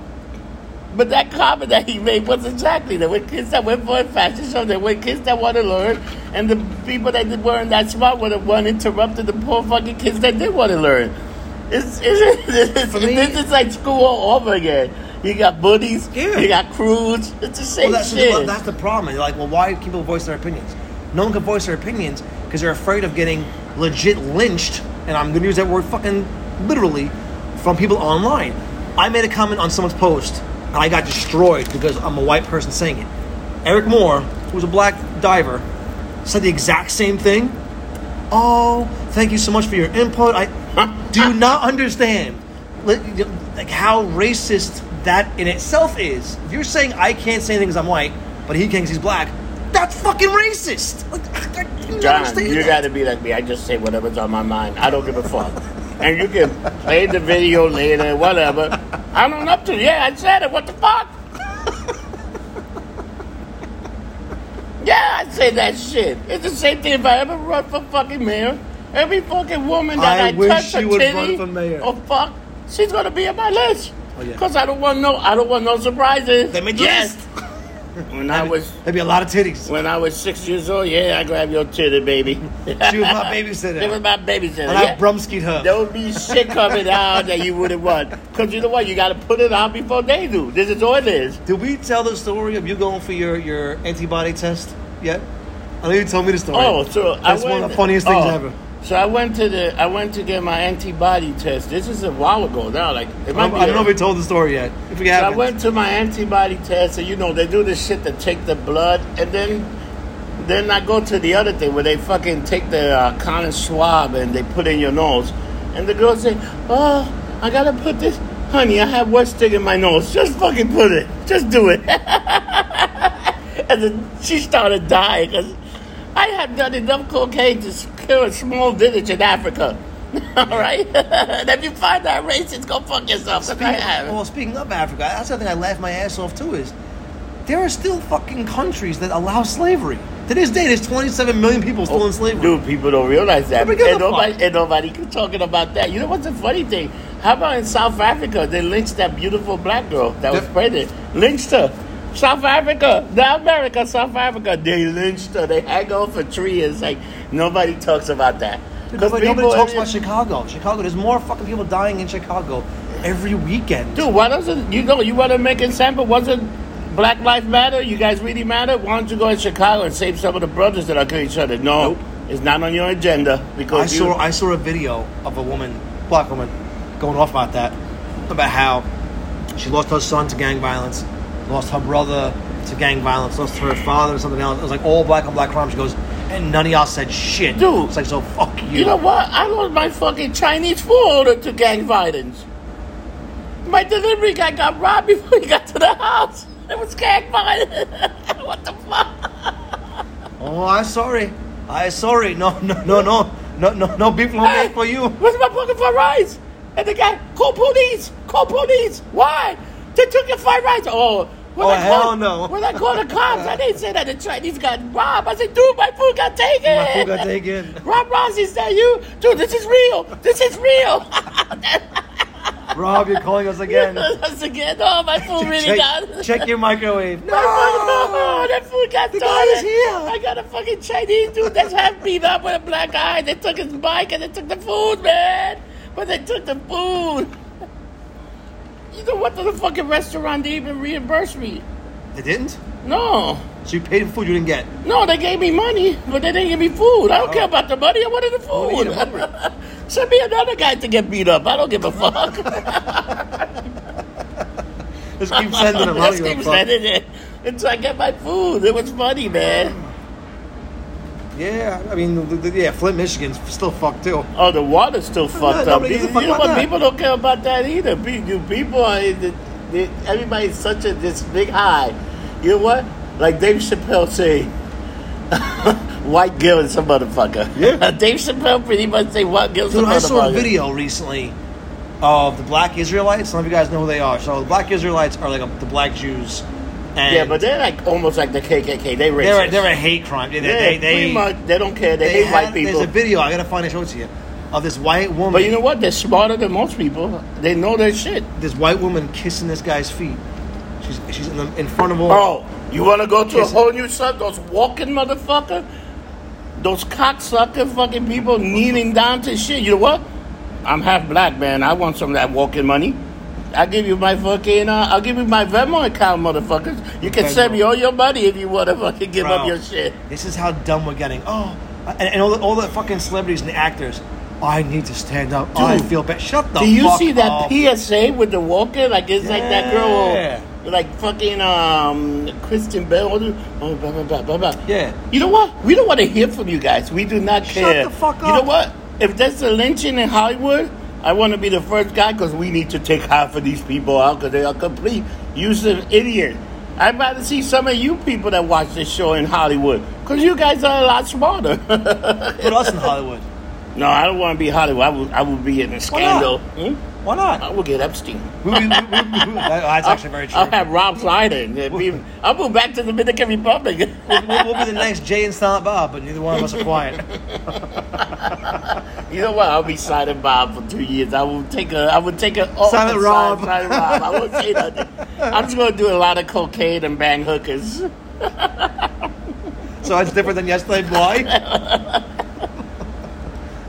A: But that comment that he made was exactly there were kids that went for a fashion show. There were kids that want to learn, and the people that did- weren't that smart were the one interrupted the poor fucking kids that did want to learn. It's, [laughs] it's, it's,
B: For me-
A: this is like school all over again. You got bullies,
B: Yeah.
A: you got crews. It's the same
B: Well, that's,
A: shit.
B: well, that's the problem. You're like, well, why do people voice their opinions? No one can voice their opinions because they're afraid of getting legit lynched and I'm going to use that word fucking literally, from people online. I made a comment on someone's post, and I got destroyed because I'm a white person saying it. Eric Moore, who was a black diver, said the exact same thing. Oh, thank you so much for your input. I
A: [laughs]
B: do not understand li- you know, like how racist that in itself is. If you're saying I can't say things I'm white, but he thinks he's black, that's fucking racist. Like, I, I do not
A: John,
B: understand
A: you
B: that.
A: gotta be like me. I just say whatever's on my mind. I don't give a fuck. and you can play the video later, whatever. I don't up to. Yeah, I said it. What the fuck? yeah, I say that shit. It's the same thing if I ever run for fucking mayor. Every fucking woman that
B: I
A: I,
B: wish
A: touch a
B: you would
A: titty
B: run for mayor.
A: or fuck, she's gonna be on my list.
B: Oh, yeah.
A: Cause I don't want no, I don't want no surprises.
B: They made the
A: yes.
B: list.
A: When I was
B: That'd be a lot of titties.
A: when I was six years old, yeah, I grabbed your titty, baby. [laughs]
B: She was my babysitter.
A: It was my babysitter.
B: And I
A: Yeah.
B: brumskied her.
A: there would be shit coming out [laughs] that you wouldn't want. Because you know what? You got to put it out before they do. This is all it is.
B: Did we tell the story of you going for your, your antibody test yet? I know you told me the story.
A: Oh, so I
B: that's one of
A: went-
B: the funniest things
A: oh.
B: ever.
A: So I went to the I went to get my antibody test. This is a while ago now. Like it
B: I
A: might
B: don't,
A: be
B: I don't know
A: a-
B: if we told the story yet. If we
A: So I
B: haven't,
A: went to my antibody test, and you know they do this shit to take the blood, and then then I go to the other thing where they fucking take the uh, cotton swab and they put in your nose, and the girl say, "Oh, I gotta put this, honey. I have one stick in my nose. Just fucking put it. Just do it." [laughs] and then she started dying because I have done enough cocaine to kill a small village in Africa. [laughs] All right, [laughs] and if you find that racist, go fuck yourself. 'cause I
B: Speaking-
A: have.
B: well, speaking of Africa, that's the other thing I laugh my ass off too is there are still fucking countries that allow slavery. To this day, there's 27 million people still in slavery.
A: Oh, Dude, people don't realize that.
B: Nobody gives
A: and,
B: a fuck.
A: nobody, and nobody keep talking about that. You know what's the funny thing? How about in South Africa, they lynched that beautiful black girl that was
B: Yeah.
A: pregnant? Lynched her. South Africa, not America, South Africa. They lynched her. They hang off a tree. It's like nobody talks about that.
B: Dude, nobody, nobody
A: people-
B: talks about Chicago. Chicago, there's more fucking people dying in Chicago every weekend.
A: Dude, why doesn't you know you want to make an example? Wasn't Black Lives Matter? You guys really matter? Why don't you go in Chicago and save some of the brothers that are killing each other? No, it's not on your agenda
B: I
A: because you,
B: saw I saw a video of a woman, black woman, going off about that, about how she lost her son to gang violence, lost her brother to gang violence, lost her father to something else. It was like all black on black crime. She goes, and none of y'all said shit.
A: Dude.
B: it's like so fuck you.
A: You know what? I lost my fucking Chinese food to gang violence. My delivery guy got robbed [laughs] before he got to the house. It was gang violence. [laughs] what the fuck?
B: Oh, I'm sorry. I'm sorry. No, no, no, no, no, no, no beef long egg for you.
A: Where's my pocket fried rice? And the guy, call police, call police. Why? They took your fried rice. Oh, when
B: Oh,
A: I
B: hell
A: called,
B: no.
A: When I called the cops, I didn't say that the Chinese got robbed. I said, dude, my food got taken.
B: My food got taken.
A: Rob Ross, is that you? Dude, this is real. This is real. [laughs]
B: Rob, you're calling us again.
A: Once again, [laughs] oh, my food really
B: check,
A: got.
B: check your
A: [laughs]
B: microwave.
A: My food, no, [laughs] that food got
B: The guy
A: stolen.
B: is here.
A: I got a fucking Chinese dude that's half beat up with a black eye. They took his bike and they took the food, man. But they took the food. [laughs] You know what? The fucking restaurant they even reimbursed me.
B: They didn't.
A: No,
B: So you paid for food you didn't get.
A: no, they gave me money, but they didn't give me food. I don't
B: Oh.
A: care about the money. I wanted the
B: wanna eat, I'm
A: food. [laughs] Send me another guy to get beat up. I don't give a fuck.
B: [laughs]
A: [laughs]
B: Just keep sending them. I
A: Just
B: don't give
A: keep
B: a fuck.
A: sending it until I get my food. It was funny, man.
B: Yeah, I mean, th- th- yeah, Flint, Michigan's still fucked too.
A: Oh, the water's still fucked up.
B: nobody
A: You,
B: gives a fuck
A: you know
B: about
A: what?
B: that.
A: People don't care about that either. Pe- You people are in the, the, everybody's such a this big high. You know what? Like Dave Chappelle say, [laughs] white girl is a motherfucker. [laughs]
B: Yeah.
A: Dave Chappelle pretty much say white girl's a
B: Dude,
A: motherfucker.
B: I saw a video recently of the Black Israelites. Some of you guys know who they are. So the Black Israelites are like a, the Black Jews, and
A: Yeah, but they're like almost like the KKK. They racist.
B: they're a, they're a hate crime. They,
A: yeah,
B: they, they,
A: pretty much. They don't care. They,
B: they
A: hate
B: had-
A: white people.
B: There's a video. I gotta find it. Show it to you. Of this white woman.
A: But you know what? They're smarter than most people. They know their shit.
B: this white woman kissing this guy's feet. She's she's in, the, in front of all.
A: Bro, you want to go to a
B: Yes.
A: whole new sub? Those walking motherfucker, those cocksucker fucking people kneeling down to shit. You know what? I'm half black, man. I want some of that walking money. I give you my fucking, uh, I'll give you my Venmo account, motherfuckers. You can send me all your money if you want to fucking give
B: Bro,
A: up your shit.
B: This is how dumb we're getting. Oh, and, and all, the, all the fucking celebrities and actors. I need to stand up. I
A: Dude,
B: feel bad. Shut the
A: Do you
B: fuck
A: see that
B: up.
A: PSA with the walker? Like it's like that
B: Yeah.
A: girl, like fucking um, Kristen Bell. what do- oh, blah, blah, blah, blah, blah.
B: Yeah.
A: You know what? We don't want to hear from you guys. We do not
B: Shut
A: care.
B: the fuck
A: You know
B: up.
A: what? If there's a lynching in Hollywood, I want to be the first guy because we need to take half of these people out because they are complete useless idiots. I'd rather see some of you people that watch this show in Hollywood because you guys are a lot smarter. [laughs]
B: Put us in Hollywood.
A: no, I don't want to be Hollywood. I would, I would be in a scandal. Hmm?
B: Why
A: I [laughs]
B: not?
A: will get Epstein.
B: We- we- we- we- we- that- that's actually very true.
A: I'll have Rob Schneider. and be- I'll move back to the Dominican Republic. [laughs]
B: We'll, we'll- we'll be the next Jay and Silent Bob, but neither one of us are quiet.
A: you know what? I'll be Silent Bob for two years. I will take a. I will take a. off
B: Silent
A: the side,
B: Rob.
A: Silent Rob. I won't say nothing. I'm just gonna do a lot of cocaine and bang hookers.
B: So that's different than yesterday,
A: [laughs]
B: boy.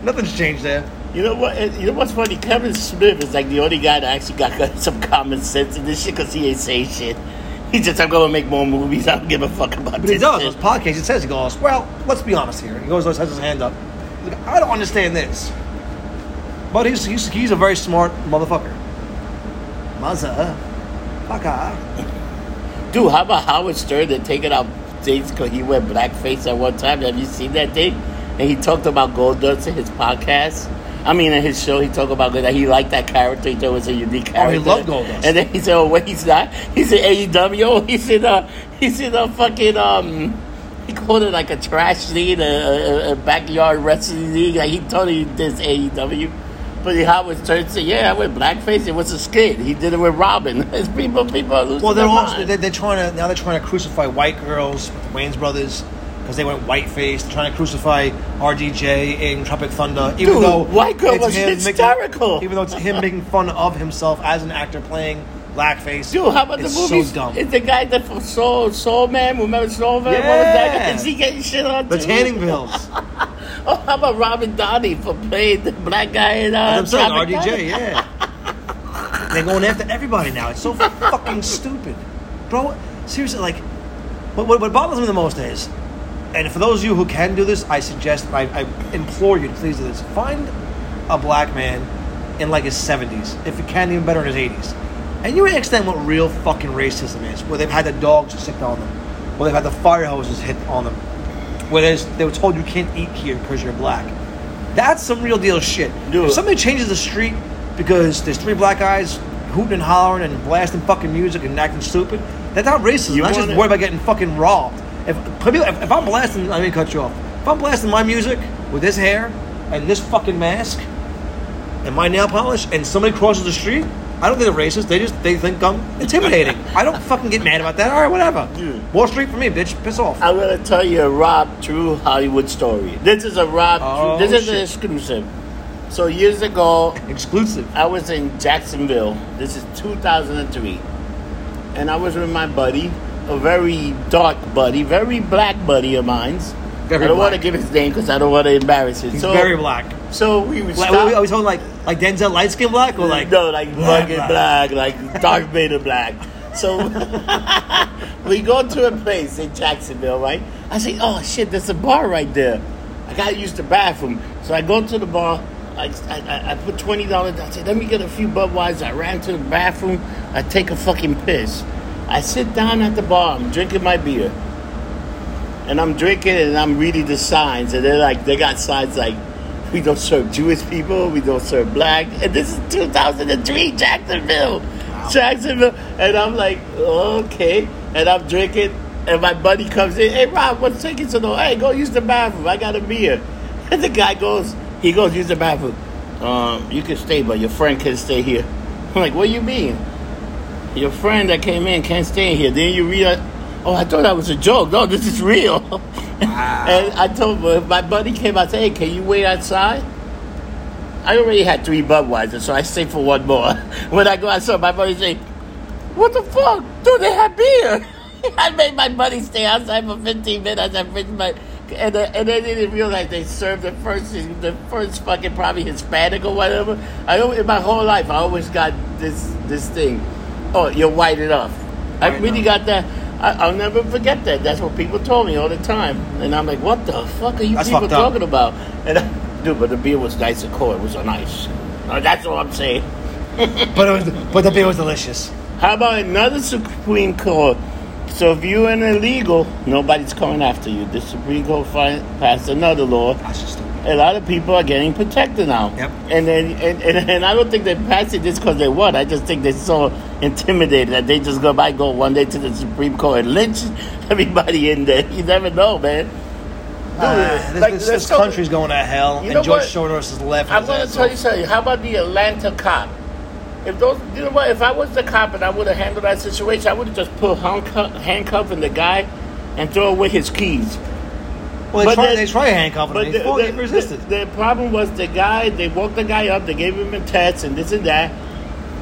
B: Nothing's changed there.
A: You know what? You know what's funny? Kevin Smith is like the only guy that actually got [laughs] some common sense in this shit because he ain't saying shit. He just I'm gonna make more movies. I don't give a fuck about
B: But
A: this.
B: he does.
A: shit.
B: His podcast, he says, he goes, well, let's be honest here. He goes, has his hand up. He's like, I don't understand this. But he's, he's, he's a very smart motherfucker. Mother. Fucker.
A: Dude, how about Howard Stern that taking out things because he went blackface at one time? Have you seen that thing? And he talked about gold dust in his podcast. I mean, in his show, he talked about that he liked that character. He thought it was a unique
B: Oh,
A: character.
B: he loved Goldust.
A: And then he said, "Oh, wait, he's not. He's in AEW. Oh, He's in a. He's in a fucking um." He called it like a trash league, a, a, a backyard wrestling league. Like he totally did AEW. But Howard Stern said, "Yeah, I went blackface. It was a skit. He did it with Robin. [laughs] It's people, people are losing
B: Well, they're
A: their
B: also,
A: mind.
B: they're, they're trying to, now they're trying to crucify white girls, with the Wayne's Brothers, because they went white-faced, They're trying to crucify RDJ in Tropic Thunder, even
A: Dude,
B: though
A: White Girl
B: it's
A: was
B: him making-
A: hysterical.
B: even though it's him making fun of himself as an actor playing blackface.
A: Dude, how about
B: it's
A: the movies?
B: so dumb.
A: It's the guy that from Soul Soul Man. Remember Soul Man? What was
B: Yeah.
A: that? Is he getting shit on?
B: the
A: too?
B: tanning pills.
A: Oh, how about Robin Downey for playing the black guy in uh,
B: I'm saying
A: Tropic Thunder?
B: RDJ, yeah. They're going after everybody now. It's so fucking stupid, bro. Seriously, like, what, what, what bothers me the most is, and for those of you who can do this, I suggest, I, I implore you to please do this. Find a black man in like his 70s, if you can, even better in his 80s, and you ask them what real fucking racism is, where they've had the dogs sicked on them, where they've had the fire hoses hit on them, where there's- they were told you can't eat here because you're black. That's some real deal shit.
A: Dude.
B: If somebody changes the street because there's three black guys hooting and hollering and blasting fucking music and acting stupid, that's not racism.
A: You
B: that's just
A: wanna-
B: worried about getting fucking robbed. If, people- if, if I'm blasting, I mean, cut you off. If I'm blasting my music with this hair and this fucking mask and my nail polish and somebody crosses the street, I don't think they're racist. They just they think I'm
A: [laughs]
B: intimidating. I don't fucking get mad about that. All right, whatever.
A: Dude.
B: Wall Street for me, bitch. Piss off.
A: I'm gonna tell you a Rob True Hollywood story. This is a Rob.
B: Oh,
A: True, this is an
B: shit.
A: exclusive. So years ago,
B: Exclusive.
A: I was in Jacksonville. This is 2003. And I was with my buddy, a very dark buddy, very black buddy of mine's.
B: Very
A: I don't
B: black.
A: want to give his name because I don't want to embarrass him.
B: He's
A: so,
B: very black.
A: So we would
B: Like,
A: stop.
B: we always talking like like Denzel light skin black or like
A: no, like
B: black,
A: fucking
B: black.
A: black, like dark Vader black. So [laughs] we go to a place in Jacksonville, right? I say, oh shit, there's a bar right there. I gotta use the bathroom. So I go to the bar. I, I, I- I put twenty dollars. I say, let me get a few Budweiser. I ran to the bathroom. I take a fucking piss. I sit down at the bar. I'm drinking my beer and I'm drinking and I'm reading the signs, and they're like, they got signs like, we don't serve Jewish people, we don't serve black, and this is 2003 Jacksonville, Jacksonville, and I'm like, okay, and I'm drinking, and my buddy comes in, hey Rob, what's taking so long? Hey, go use the bathroom, I got a beer, [laughs] and the guy goes, he goes use the bathroom, um, you can stay, but your friend can stay here. [laughs] I'm like, what do you mean? Your friend that came in can't stay in here. Then you realize, oh, I thought that was a joke. No, this is real. [laughs] and I told my, my buddy came out said, hey, can you wait outside? I already had three Budweiser, so I stayed for one more. [laughs] when I go outside, my buddy say, what the fuck? Dude, they have beer. [laughs] I made my buddy stay outside for 15 minutes. I bring my and, uh, and then they didn't realize they served the first the first fucking probably Hispanic or whatever. I al- in my whole life I always got this this thing. Oh, you're white enough. I
B: White
A: really
B: enough.
A: got that. I, I'll never forget that. That's what people told me all the time, and I'm like, what the fuck are you
B: That's
A: people
B: fucked up.
A: talking about? And I, Dude, but the beer was nice and cold. It was on ice. Uh, that's all I'm saying.
B: But it was, but the beer was delicious.
A: How about another Supreme Court? So if you're an illegal, nobody's coming after you. The Supreme Court fi- passed another law.
B: That's just stupid.
A: A lot of people are getting protected now.
B: Yep.
A: And then, and, and, and I don't think they passed it just because they won. I just think they're so intimidated that they just go might go one day to the Supreme Court and lynch everybody in there. You never know, man. Dude,
B: Ah, this
A: like, let's
B: this, this
A: go-
B: country's going to hell,
A: You know
B: and George
A: what?
B: Soros is laughing.
A: I'm
B: his
A: gonna
B: ass
A: tell
B: off.
A: you something. How about the Atlanta cop? If those, you know what? If I was the cop and I would have handled that situation, I would have just put handcuff, handcuffing the guy and throw away his keys.
B: Well,
A: but
B: they try,
A: the-
B: they try to handcuff him. and
A: the,
B: He fucking
A: the-
B: resisted.
A: the problem was the guy. They woke the guy up. They gave him a test and this and that,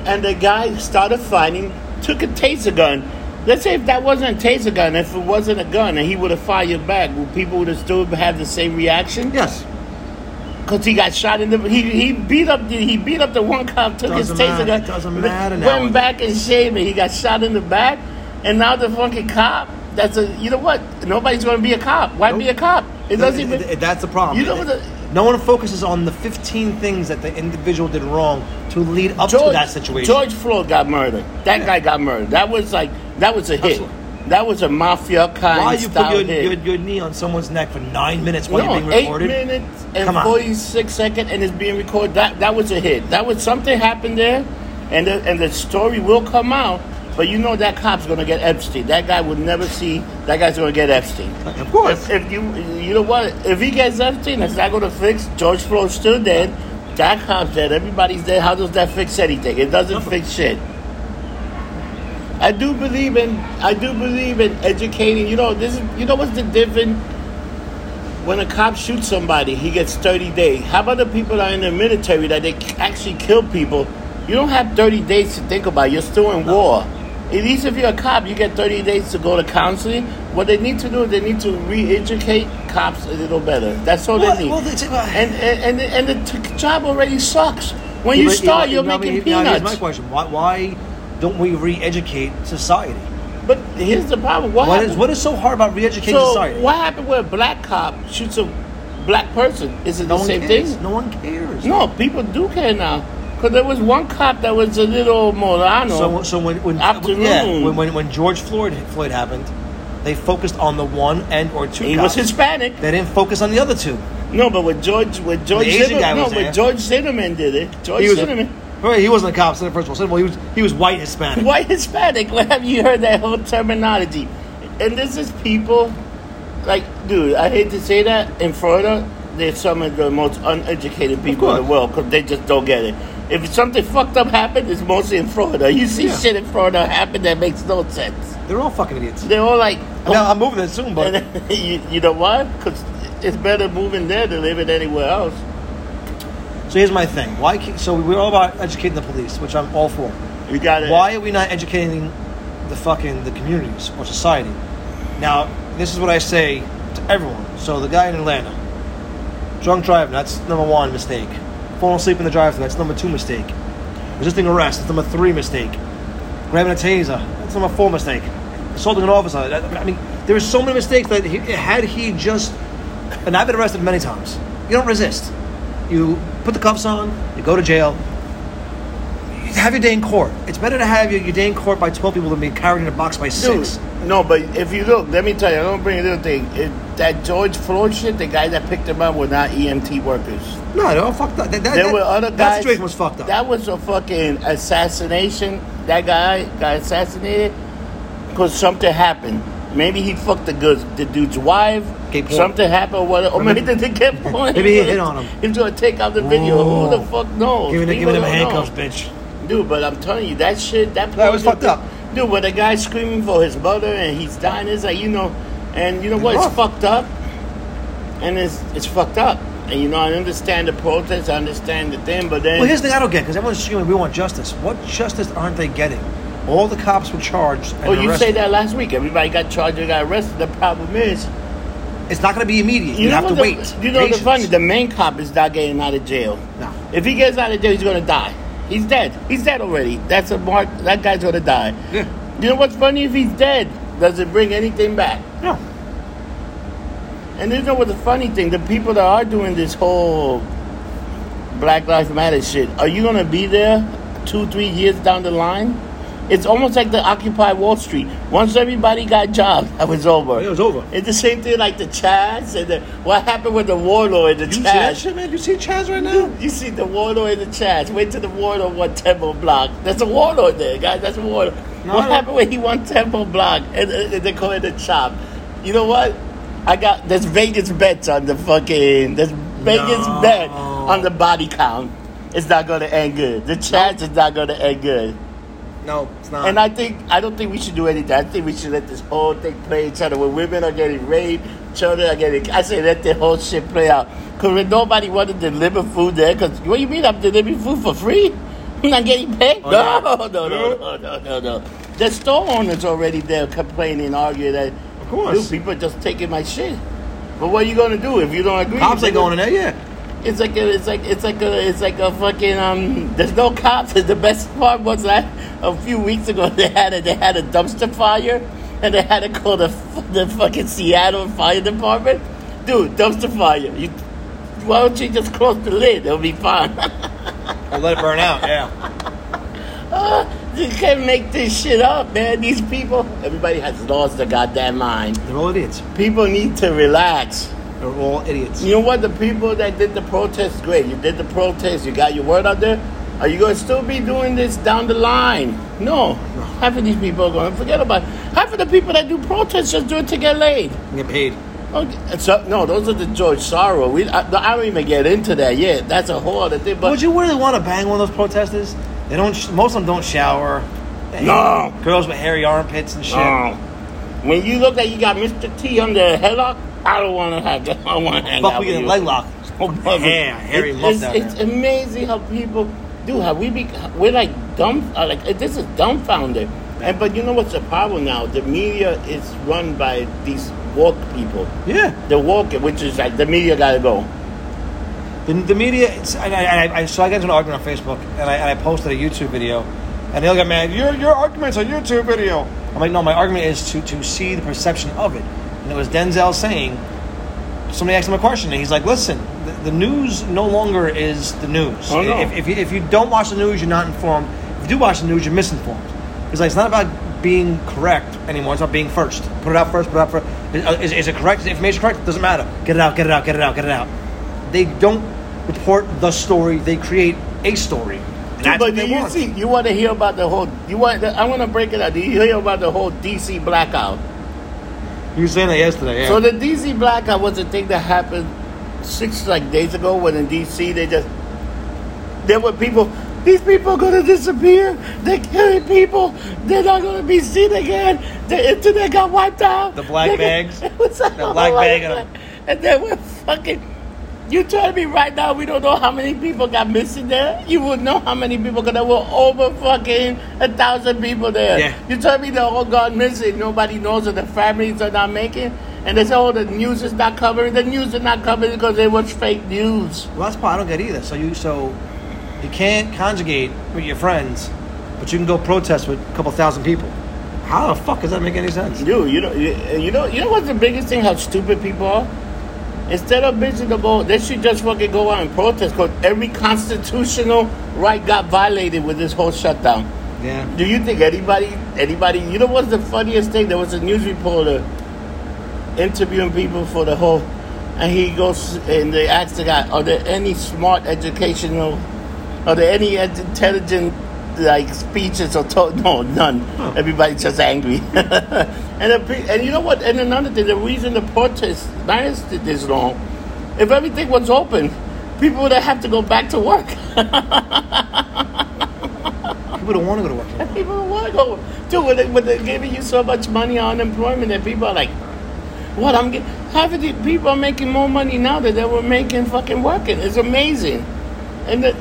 A: and the guy started fighting. Took a taser gun. Let's say if that wasn't a taser gun, if it wasn't a gun, and he would have fired back, would people would have still had the same reaction?
B: Yes.
A: Cause he got shot in the he he beat up the he beat up the one cop took his
B: Doesn't
A: taser
B: matter.
A: gun
B: It doesn't
A: went-
B: matter now.
A: went back and shaved it he got shot in the back and now the fucking cop that's a you know what nobody's gonna be a cop why be a
B: Nope.
A: cop it doesn't even
B: Th- th- that's the problem.
A: You know what the-
B: no one focuses on the 15 things that the individual did wrong to lead up to that situation.
A: George Floyd got murdered that guy got murdered that was like that was a hit
B: Absolutely.
A: that was a mafia kind
B: Why you put
A: style
B: your,
A: hit.
B: your, your knee on someone's neck for nine minutes while you're
A: No,
B: being
A: eight
B: recorded?
A: minutes and
B: Come on.
A: 46 seconds, and it's being recorded. That that was a hit. That was something happened there, and the, and the story will come out. But you know that cop's gonna get Epstein. That guy would never see. That guy's gonna get Epstein.
B: Of course.
A: If you you know what? If he gets Epstein, that's not gonna fix. George Floyd's still dead. That cop's dead. Everybody's dead. How does that fix anything? It doesn't fix shit. I do believe in I do believe in educating. You know this is you know what's the difference when a cop shoots somebody, he gets 30 days. How about the people that are in the military that they k- actually kill people? You don't have 30 days to think about. it. You're still in war. At least if you're a cop, you get 30 days to go to counseling. What they need to do is they need to re-educate cops a little better. That's all
B: Well,
A: they need.
B: well, it's- uh, well-
A: and, and, and, the, and the t- job already sucks. When
B: Yeah,
A: you
B: but-
A: start,
B: yeah,
A: you're
B: but- yeah, but
A: making
B: here- now here's
A: peanuts.
B: my question. Why, why don't we re-educate society?
A: But here's the problem. What,
B: What
A: happened-
B: is, what is so hard about re-educating
A: so
B: society?
A: what happened when a black cop shoots a black person? Is it
B: no
A: the
B: one
A: same
B: cares.
A: thing?
B: No one cares.
A: No, people do care now. Because there was one cop that was a little Morano.
B: So, so when when,
A: Afternoon.
B: yeah, when when when George Floyd Floyd happened, they focused on the one and or two.
A: he was
B: cops.
A: Hispanic.
B: They didn't focus on the other two.
A: No, but with George, with George,
B: The Asian
A: Zimmer-
B: guy
A: no,
B: was there.
A: with George Zinnerman did Oh, it. George
B: he was
A: Zinnerman,
B: right, he wasn't a cop. so First of all, Second of all, he was he was white Hispanic.
A: white Hispanic. [laughs] Where have you heard that whole terminology? And this is people, like, dude. I hate to say that. In Florida, they're some of the most uneducated people in the
B: course.
A: world because they just don't get it. If something fucked up happened, it's mostly in Florida. You see
B: Yeah.
A: shit in Florida happen that makes no sense.
B: They're all fucking idiots.
A: They're all like,
B: I mean, I'm moving there
A: [laughs]
B: soon, but
A: And you, you know why? Because it's better moving there than living anywhere else.
B: so here's my thing. Why? ca- So we're all about educating the police, which I'm all for.
A: You got to
B: Why are we not educating the fucking the communities or society? Now, this is what I say to everyone. So the guy in Atlanta, drunk driving, that's number one mistake. Falling asleep in the drive-thru, that's number two mistake. Resisting arrest, that's number three mistake. Grabbing a taser, that's number four mistake. Assaulting an officer, that, I mean, there are so many mistakes that he, had he just, and I've been arrested many times. You don't resist. You put the cuffs on, you go to jail, have your day in court. It's better to have your, your day in court by 12 people than be carried in a box by
A: Dude,
B: six.
A: no, but if you look, let me tell you, I'm going to bring a little thing. It, that George Floyd shit, the guy that picked him up were not EMT workers.
B: No, they all fucked up. That, that,
A: There
B: that-
A: were other guys.
B: That situation was fucked up.
A: That was a fucking assassination. That guy got assassinated because something happened. Maybe he fucked the good, the dude's wife.
B: Gay porn.
A: Something happened. What? Or maybe they did
B: [laughs]
A: get porn.
B: Maybe he hit on him.
A: He's gonna take out the video. Who
B: Whoa.
A: the fuck knows?
B: Give me
A: People
B: them
A: don't
B: handcuffs,
A: know.
B: bitch.
A: Dude, but I'm telling you, that shit, that
B: That was
A: bullshit-
B: fucked up.
A: Dude, when the guy's screaming for his mother and he's dying, it's like you know, and you know what? It's
B: rough.
A: fucked up, and it's it's fucked up. And you know, I understand the protest, I understand the thing, but then
B: Well, here's the thing I don't get because everyone's screaming, we want justice. What justice aren't they getting? All the cops were charged. And
A: oh, you
B: arrested.
A: say that last week. Everybody got charged, they got arrested. The problem is,
B: It's not going to be immediate.
A: you,
B: You,
A: know
B: have
A: what
B: to
A: the-
B: wait.
A: You know
B: Patience.
A: the funny, the main cop is not getting out of jail.
B: No.
A: If he gets out of jail, he's gonna die. He's dead. He's dead already. That's a mark. That guy's gonna die.
B: Yeah.
A: You know what's funny? If he's dead, does it bring anything back?
B: No.
A: And you know what the funny thing? The people that are doing this whole Black Lives Matter shit, are you gonna be there two, three years down the line? It's almost like the Occupy Wall Street. Once everybody got jobs, that was over.
B: It was over.
A: It's the same thing like the Chads and the, what happened with the warlord and the
B: You see that
A: Chads.
B: shit, man? You see Chaz right now?
A: [laughs] You see the warlord in the chat. Wait till the warlord won Temple Block. That's a warlord there, guys. That's a warlord.
B: No,
A: what
B: I don't-
A: happened when he won Temple Block and, and they call it a chop? You know what? I got there's Vegas bets on the fucking there's Vegas
B: No.
A: bet on the body count. It's not going to end good. The chance is not going to end good.
B: No, it's not.
A: And I think I don't think we should do anything. I think we should let this whole thing play each other. When women are getting raped, children are getting. I say let the whole shit play out. Cause when nobody want to deliver food there, cause what do you mean I'm delivering food for free? [laughs] I'm not getting paid.
B: Oh,
A: no,
B: yeah.
A: no, no, no, no, no, no. The store owners already there complaining, arguing that.
B: Of course.
A: "Dude, people are just taking my shit. But what are you gonna do if you don't agree?
B: Cops
A: They
B: ain't going in there, yeah.
A: it's like a, it's like it's like a it's like a fucking um. There's no cops. The best part was that a few weeks ago they had a they had a dumpster fire, and they had to call the the fucking Seattle Fire Department. Dude, dumpster fire. You, why don't you just close the lid? It'll be fine. [laughs]
B: Or let it burn out, yeah.
A: you can't make this shit up, man. These people, everybody has lost their goddamn mind.
B: They're all idiots.
A: People need to relax.
B: They're all idiots.
A: You know what? The people that did the protest, great. You did the protest. You got your word out there. Are you going to still be doing this down the line? No. Half of these people are going to forget about it. Half of the people that do protests just do it to get laid.
B: You get paid.
A: Okay. So, no, those are the George Sorrow. We, I, I don't even get into that yet. That's a whole other thing. But
B: Would you really want to bang one of those protesters? They don't. Sh- most of them don't shower. They-
A: No.
B: Girls with hairy armpits and shit.
A: Oh. when you look like you got Mr. T under a headlock, I don't want to have [laughs] that. I want to hang out
B: Fuck
A: with
B: with
A: you.
B: leg lock.
A: Oh, brother.
B: Yeah, Harry
A: It-
B: loved
A: it's,
B: that,
A: It's
B: man.
A: amazing how people do. How we be, we're like dumb. uh, Like uh, this is dumbfounded. And but you know what's the problem now? The media is run by these woke people.
B: Yeah.
A: The woke, which is like the media gotta go.
B: The, the media. It's, and I, and I, I, so I got into an argument on Facebook, and I, and I posted a YouTube video, and they all got mad. Your your argument's a YouTube video. I'm like, no, my argument is to to see the perception of it, and it was Denzel saying. Somebody asked him a question, and he's like, "Listen, the, the news no longer is the news.
A: Oh, no.
B: If- if, you, if you don't watch the news, you're not informed. If you do watch the news, you're misinformed. It's like it's not about being correct anymore. It's about being first. Put it out first. Put it out first. Is, is, is it correct? Is the information correct? Doesn't matter. Get it out. Get it out. Get it out. Get it out. They don't report the story. They create a story. And that's
A: but
B: what
A: do
B: they
A: you
B: want.
A: see? You want to hear about the whole? You want? I want to break it out. Do you hear about the whole DC blackout?
B: You were saying that yesterday. Yeah.
A: So the DC blackout was a thing that happened six like days ago when in DC they just there were people. These people are gonna disappear. They're killing people. They're not gonna be seen again. The internet got wiped out.
B: The black
A: They got- [laughs]
B: bags.
A: It was [laughs] like,
B: The black
A: oh my
B: bag and
A: God. And then we're fucking. You tell me right now we don't know how many people got missing there. You would know how many people because there were over fucking a thousand people there.
B: Yeah.
A: You tell me they're all gone missing. Nobody knows, or the families are not making. And they say, oh, the news is not covering. The news is not covering because it was fake news.
B: Well, that's part I don't get either. So you so you can't conjugate with your friends, but you can go protest with a couple thousand people. How the fuck does that make any sense?
A: Dude, you know, you, you know, you know what's the biggest thing? How stupid people are. Instead of bitching about, they should just fucking go out and protest because every constitutional right got violated with this whole shutdown.
B: Yeah.
A: Do you think anybody, anybody, you know what's the funniest thing? There was a news reporter interviewing people for the whole, and he goes and they asked the guy, "Are there any smart educational, are there any ed- intelligent like speeches or to-? [laughs] no none? Everybody's just angry." [laughs] and the, pe- and you know what? And another thing, the reason the protest lasted this long, if everything was open, people would have to go back to work. [laughs]
B: People don't want to go to work.
A: People want to go. Dude, when, they, when they're giving you so much money on unemployment that people are like, what I'm getting. Half of the people are making more money now than they were making fucking working. It's amazing. And the,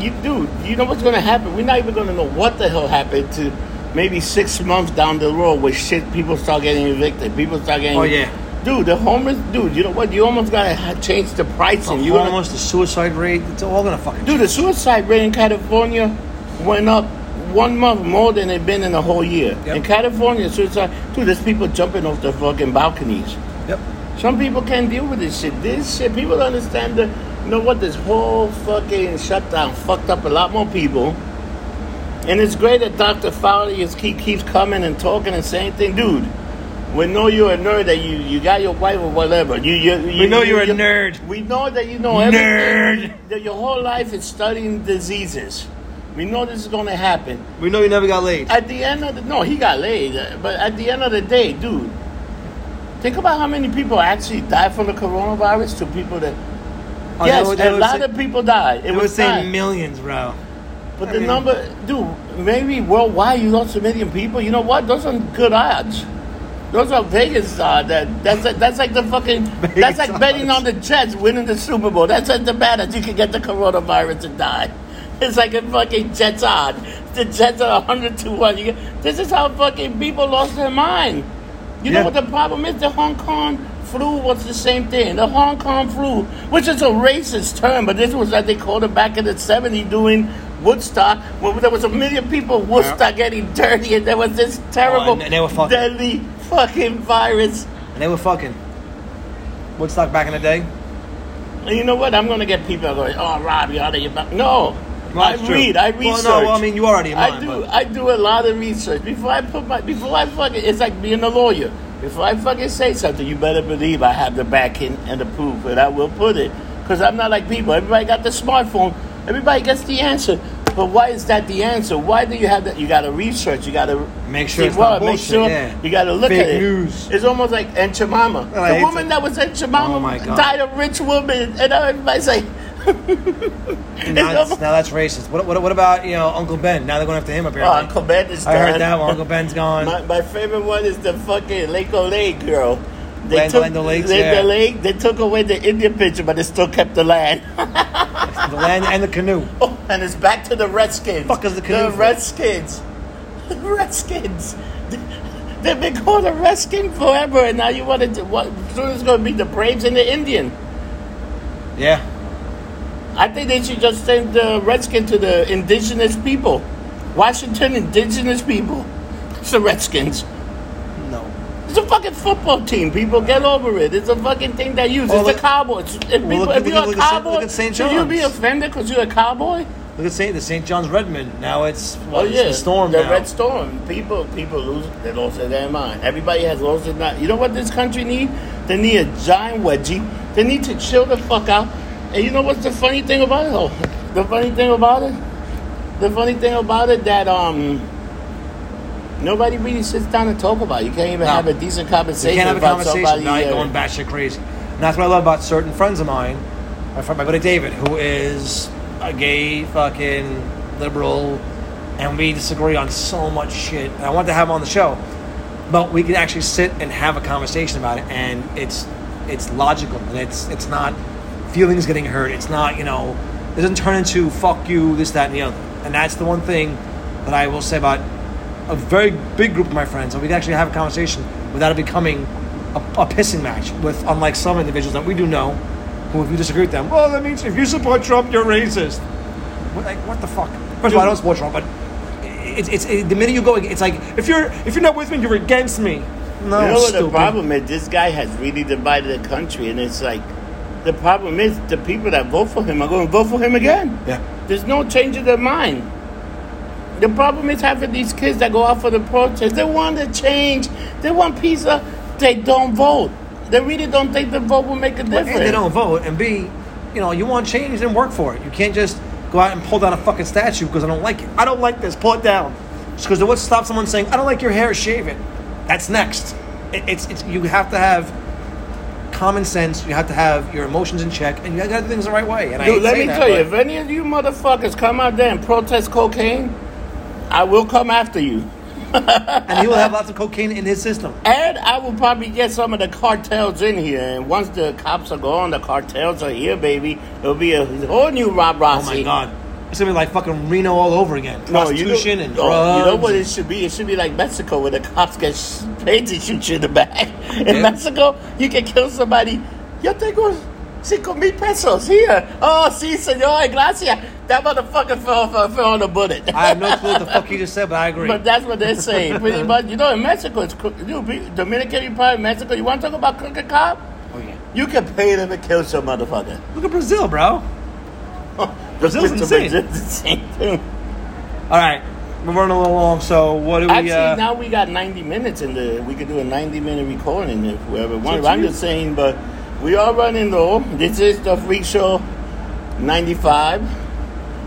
A: you, dude, you know what's going to happen? We're not even going to know what the hell happened to maybe six months down the road where shit, people start getting evicted. People start getting.
B: Oh, yeah.
A: Dude, the homeless, dude, you know what? You almost got to change the pricing.
B: You
A: You're gonna-
B: almost the suicide rate. It's all gonna fucking.
A: Dude, the suicide rate in California went up one month more than it been in a whole year.
B: Yep.
A: In California, suicide. Dude, there's people jumping off the fucking balconies.
B: Yep.
A: Some people can't deal with this shit. This shit, people don't understand the. You know what? This whole fucking shutdown fucked up a lot more people. And it's great that Dr. Fowler is, he keeps coming and talking and saying things. Dude, we know you're a nerd that you, you got your wife or whatever. You, you, you,
B: We know
A: you-
B: you're a
A: you-
B: nerd.
A: We know that you know
B: Nerd.
A: everything. That your whole life is studying diseases. We know this is going to happen.
B: We know you never got laid.
A: At the end of the no, he got laid. uh, But at the end of the day, dude, think about how many people actually died from the coronavirus to people that
B: Oh, they
A: yes,
B: would- they
A: a
B: would
A: lot
B: say-
A: of people died. It
B: They would
A: was
B: say
A: sad.
B: millions, bro.
A: but
B: I
A: the
B: mean-
A: number, dude, maybe worldwide you lost a million people. You know what? Those are good odds. Those are Vegas odds. That that's like, that's like the fucking that's
B: [laughs] Vegas
A: like betting
B: odds.
A: on the Jets winning the Super Bowl. That's like the bad odds. You can get the coronavirus and die. [laughs] It's like a fucking Jets odd. The Jets are hundred to one. You get, this is how fucking people lost their mind. You
B: Yeah.
A: know what the problem is? The Hong Kong flu was the same thing. The Hong Kong flu, which is a racist term, but this was like they called it back in the 70s doing Woodstock, where there was a million people in Woodstock getting dirty, and there was this terrible,
B: Oh, and they were fucking-
A: deadly fucking virus.
B: And they were fucking. Woodstock back in the day.
A: And you know what? I'm going to get people going, oh, Rob, you're out of your mind. No.
B: Well,
A: I
B: that's true.
A: read. I
B: Well, no,
A: research.
B: well, I mean, you are out of your
A: I
B: mind,
A: do. [laughs]
B: but-
A: I do a lot of research before I put my. Before I fucking. It's like being a lawyer. Before I fucking say something, you better believe I have the backing and the proof, and I will put it. Because I'm not like people. Everybody got the smartphone. Everybody gets the answer. But why is that the answer? Why do you have that? You got to research. You got to
B: Make sure it's not
A: Make
B: bullshit,
A: sure
B: yeah.
A: you got to look
B: Fake
A: at it.
B: news.
A: It's almost like Enchimama.
B: Well, I hate
A: the woman
B: that.
A: that was Enchimama
B: Oh, my God.
A: died a rich woman, and everybody's like.
B: And now, that's, now that's racist. What, what, what about you know Uncle Ben? Now they're going after him
A: Oh,
B: apparently.
A: Uncle Ben is
B: I
A: gone.
B: heard that one.
A: [laughs]
B: Uncle Ben's gone.
A: My, my favorite one is the fucking Lake Lake girl. They
B: Land- Land O'Lakes,
A: Land
B: yeah.
A: O'Lake, they took away the Indian picture, but they still kept the land. [laughs]
B: the land and the canoe.
A: and it's back to the Redskins.
B: Fuck is the canoe
A: The
B: for?
A: Redskins. [laughs] The Redskins. [laughs] They've been called a Redskin forever, and now you want to. What, soon it's going to be the Braves and the Indian.
B: Yeah.
A: I think they should just send the Redskin to the indigenous people. Washington, indigenous people. It's the Redskins.
B: No.
A: It's a fucking football team, people. Get over it. It's a fucking thing they use.
B: Oh,
A: it's
B: look-
A: the Cowboys. If, people,
B: look-
A: if
B: look-
A: you're
B: look
A: a
B: at Saint-
A: cowboy,
B: look at Saint
A: should you be
B: John's.
A: offended because you're a cowboy?
B: Look at Saint the Saint John's Redmond. Now it's well,
A: oh yeah,
B: the storm
A: the
B: now.
A: red storm. People, people lose. They lost their mind. Everybody has lost their mind. You know what this country need? They need a giant wedgie. They need to chill the fuck out. And you know what's the funny thing about it? Oh, the funny thing about it. The funny thing about it that um. Nobody really sits down and talk about. It. You can't even
B: No.
A: have a decent
B: you
A: conversation
B: can't have a
A: about
B: conversation
A: somebody.
B: now. You're
A: uh,
B: going batshit crazy. And that's what I love about certain friends of mine. My friend, my buddy David, who is a gay fucking liberal, and we disagree on so much shit. And I want to have him on the show, but we can actually sit and have a conversation about it, and it's it's logical, and it's it's not feelings getting hurt. It's not you know it doesn't turn into fuck you this that and the other. And that's the one thing that I will say about a very big group of my friends, and we can actually have a conversation without it becoming a, a pissing match. With unlike some individuals that we do know, who if you disagree with them, well, that means if you support Trump, you're racist. What, like what the fuck? First of all, I don't support Trump, but it's, it's it, the minute you go, it's like if you're if you're not with me, you're against me. No,
A: you know what
B: stupid.
A: the problem is? This guy has really divided the country, and it's like the problem is the people that vote for him are going to vote for him again.
B: Yeah,
A: There's no change of their mind. The problem is having these kids that go out for the protest. They want to change. They want peace. uh, They don't vote. They really don't think the vote will make a difference.
B: and they don't vote, and B, you know, you want change, then work for it. You can't just go out and pull down a fucking statue because I don't like it. I don't like this. Pull it down. Just because what stops someone saying I don't like your hair, shave it. That's next. It, it's, it's you have to have common sense. You have to have your emotions in check, and you got to do things the right way. And I hate
A: Dude, let me
B: saying that,
A: tell you,
B: but-
A: if any of you motherfuckers come out there and protest cocaine, I will come after you.
B: and he will have lots of cocaine in his system.
A: And I will probably get some of the cartels in here. And once the cops are gone, the cartels are here, baby. It'll be a whole new Rob
B: Oh
A: Rossi.
B: my god, it's gonna be like fucking Reno all over again.
A: No, you know,
B: Prostitution and
A: no, you know
B: drugs.
A: what it should be? It should be like Mexico, where the cops get sh- paid to shoot you in the back. [laughs] In
B: Yeah.
A: Mexico, you can kill somebody. Yo tengo cinco mil pesos here. Oh, sí, señor, gracias. That motherfucker fell, fell, fell on a bullet. [laughs]
B: I have no clue what the fuck you just said, but I agree.
A: But that's what they're
B: [laughs]
A: saying. Pretty much, you know, in Mexico, it's cro- you know, Dominican Republic, Mexico. You want to talk about crooked cop? You can pay them to kill some
B: [laughs]
A: motherfucker.
B: Oh, Look at Brazil, bro. Brazil's
A: Mr.
B: insane.
A: [laughs] Brazil's insane, too.
B: All right, we're running a little long, so what do we?
A: Actually,
B: uh,
A: now we got 90 minutes in the. We could do a 90 minute recording if we ever want.
B: to
A: I'm
B: you.
A: just saying, but we are running low. This is the Freak Show 95.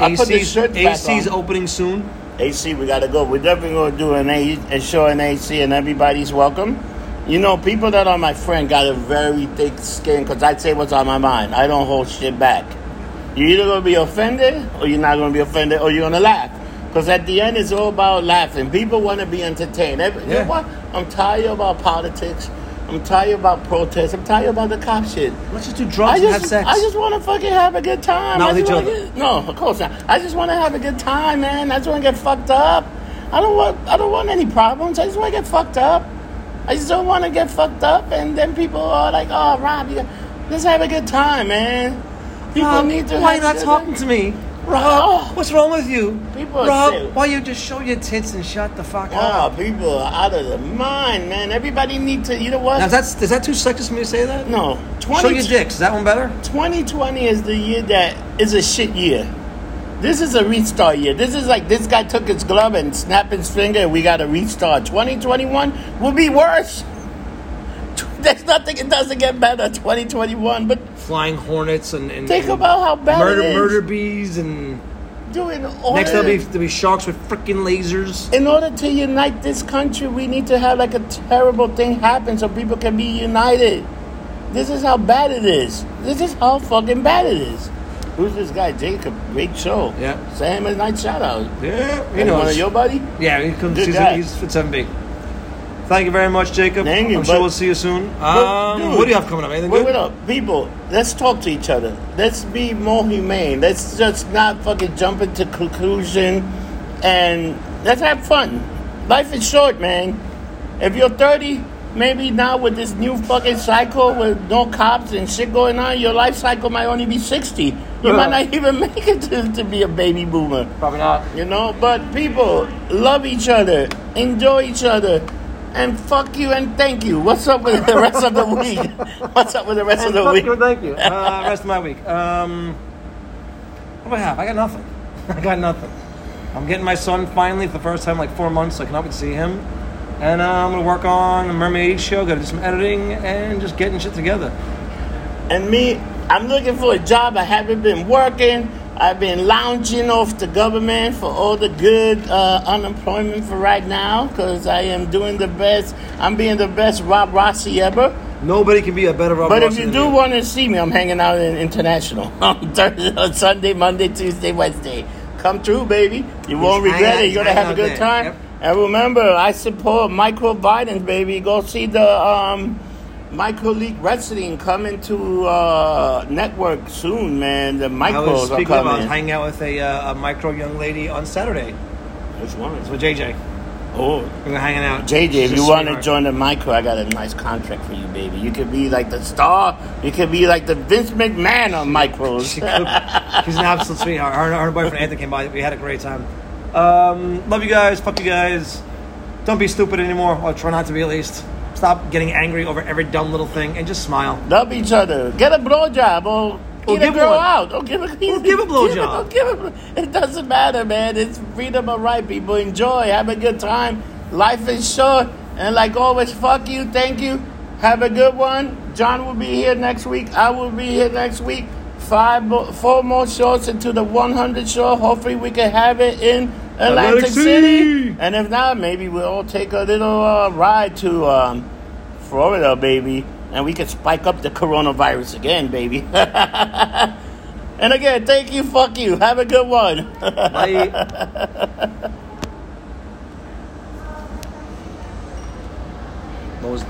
A: I put the
B: AC's,
A: shirt back
B: AC's
A: on.
B: opening soon.
A: AC, we gotta go. We're definitely gonna do an A and show an AC, and everybody's welcome. You know, people that are my friend got a very thick skin because I say what's on my mind. I don't hold shit back. You're either gonna be offended, or you're not gonna be offended, or you're gonna laugh. Because at the end, it's all about laughing. People want to be entertained. Every, You know
B: Yeah.
A: what? I'm tired about politics. I'm tired about protests. I'm tired about the cop shit.
B: Let's just do
A: I
B: drugs and
A: just,
B: have sex.
A: I just want to fucking have a good time.
B: Not
A: I
B: with
A: just
B: each
A: wanna
B: other.
A: get- no, of course not. I just want to have a good time, man. I just want to get fucked up. I don't want. I don't want any problems. I just want to get fucked up. I just don't want to get fucked up, and then people are like, "Oh, Rob, you, let's have a good time, man." People
B: Rob,
A: need to. have
B: why are you not
A: good-
B: talking to me?
A: Rob.
B: What's wrong with you?
A: People are
B: Rob,
A: sick.
B: why you just show your tits and shut the fuck
A: Oh,
B: up?
A: people are out of their mind, man. Everybody need to. You know what?
B: Now, is that, is that too sexist for me to say that?
A: no.
B: Show
A: 20,
B: your dicks. Is that one better?
A: 2020 is the year that is a shit year. This is a restart year. This is like this guy took his glove and snapped his finger, and we got to restart. 2021 will be worse. [laughs] There's nothing. It doesn't get better. 2021, but
B: Flying hornets and, and
A: think
B: and
A: about how bad
B: Mm-hmm. murder
A: it is.
B: murder bees and
A: Doing all
B: next there'll be there'll be sharks with freaking lasers.
A: in order to unite this country, we need to have like a terrible thing happen so people can be united. This is how bad it is. This is how fucking bad it is. Who's this guy, Jacob? Great show.
B: Yeah.
A: Sam is night shout out.
B: Yeah, he
A: You know, one
B: knows.
A: of your buddy?
B: yeah, he comes.
A: Good
B: He's,
A: guy.
B: he's it's MB. Thank you very much, Jacob.
A: Thank you,
B: I'm sure
A: but-
B: we'll see you soon.
A: But,
B: Um,
A: dude,
B: what do you have coming up? Anything
A: Wait,
B: good?
A: wait up, people. Let's talk to each other. Let's be more humane. Let's just not fucking jump into conclusion, and let's have fun. Life is short, man. If you're 30, maybe now with this new fucking cycle with no cops and shit going on, your life cycle might only be 60. You might not even [laughs] make it to, to be a baby boomer.
B: Probably not.
A: You know, but people love each other, enjoy each other, and fuck you and thank you. What's up with the rest of the week? [laughs] What's up with the rest of the
B: Fuck
A: week?
B: you, thank
A: [laughs]
B: you. Uh, rest of my week. Um, what do I have? I got nothing. [laughs] I got nothing. I'm getting my son finally for the first time in like four months, so I cannot wait to see him. And uh, I'm gonna work on a mermaid show. Gotta do some editing and just getting shit together.
A: And me, I'm looking for a job. I haven't been working. I've been lounging off the government for all the good uh, unemployment for right now because I am doing the best. I'm being the best Rob Rossi ever.
B: Nobody can be a better Rob
A: But if
B: Rossi
A: you
B: than
A: do want to see me, I'm hanging out in International [laughs] on Thursday, on Sunday, Monday, Tuesday, Wednesday. Come through, baby. You won't
B: hang
A: regret
B: out-
A: it. You're gonna
B: hang
A: have a
B: out
A: good
B: there.
A: time.
B: Yep.
A: And remember, I support Michael Biden, baby. Go see the um, Michael League Wrestling coming to uh, network soon, man. The
B: I was
A: micros are
B: speaking about
A: coming.
B: hanging out with a, uh, a micro young lady on Saturday
A: Which one is it?
B: with JJ.
A: Oh,
B: We're hanging out.
A: JJ, if
B: She's
A: you
B: a
A: want to
B: sweetheart.
A: join the micro, I got a nice contract for you, baby. You could be like the star. You could be like the Vince McMahon on micros.
B: She could- She's an absolute sweetheart. Her, her boyfriend Anthony came by. We had a great time. Um, love you guys. Fuck you guys. Don't be stupid anymore, or try not to be at least. Stop getting angry over every dumb little thing and just smile.
A: Love each other. Get a blowjob or,
B: Or
A: eat a
B: give
A: girl
B: one.
A: out. Or give a,
B: Or give a
A: [laughs]
B: blowjob.
A: Give a- give a- It doesn't matter, man. It's freedom of right, people. Enjoy. Have a good time. Life is short. And like always, fuck you. Thank you. Have a good one. John will be here next week. I will be here next week. Five, mo- four more shows into the 100 show. Hopefully, we can have it in Atlantic,
B: Atlantic
A: City.
B: City.
A: And if not, maybe we'll all take a little uh, ride to. Um, Florida, baby. And we could spike up the coronavirus again, baby. [laughs] and again, thank you, fuck you. Have a good one.
B: Bye. what was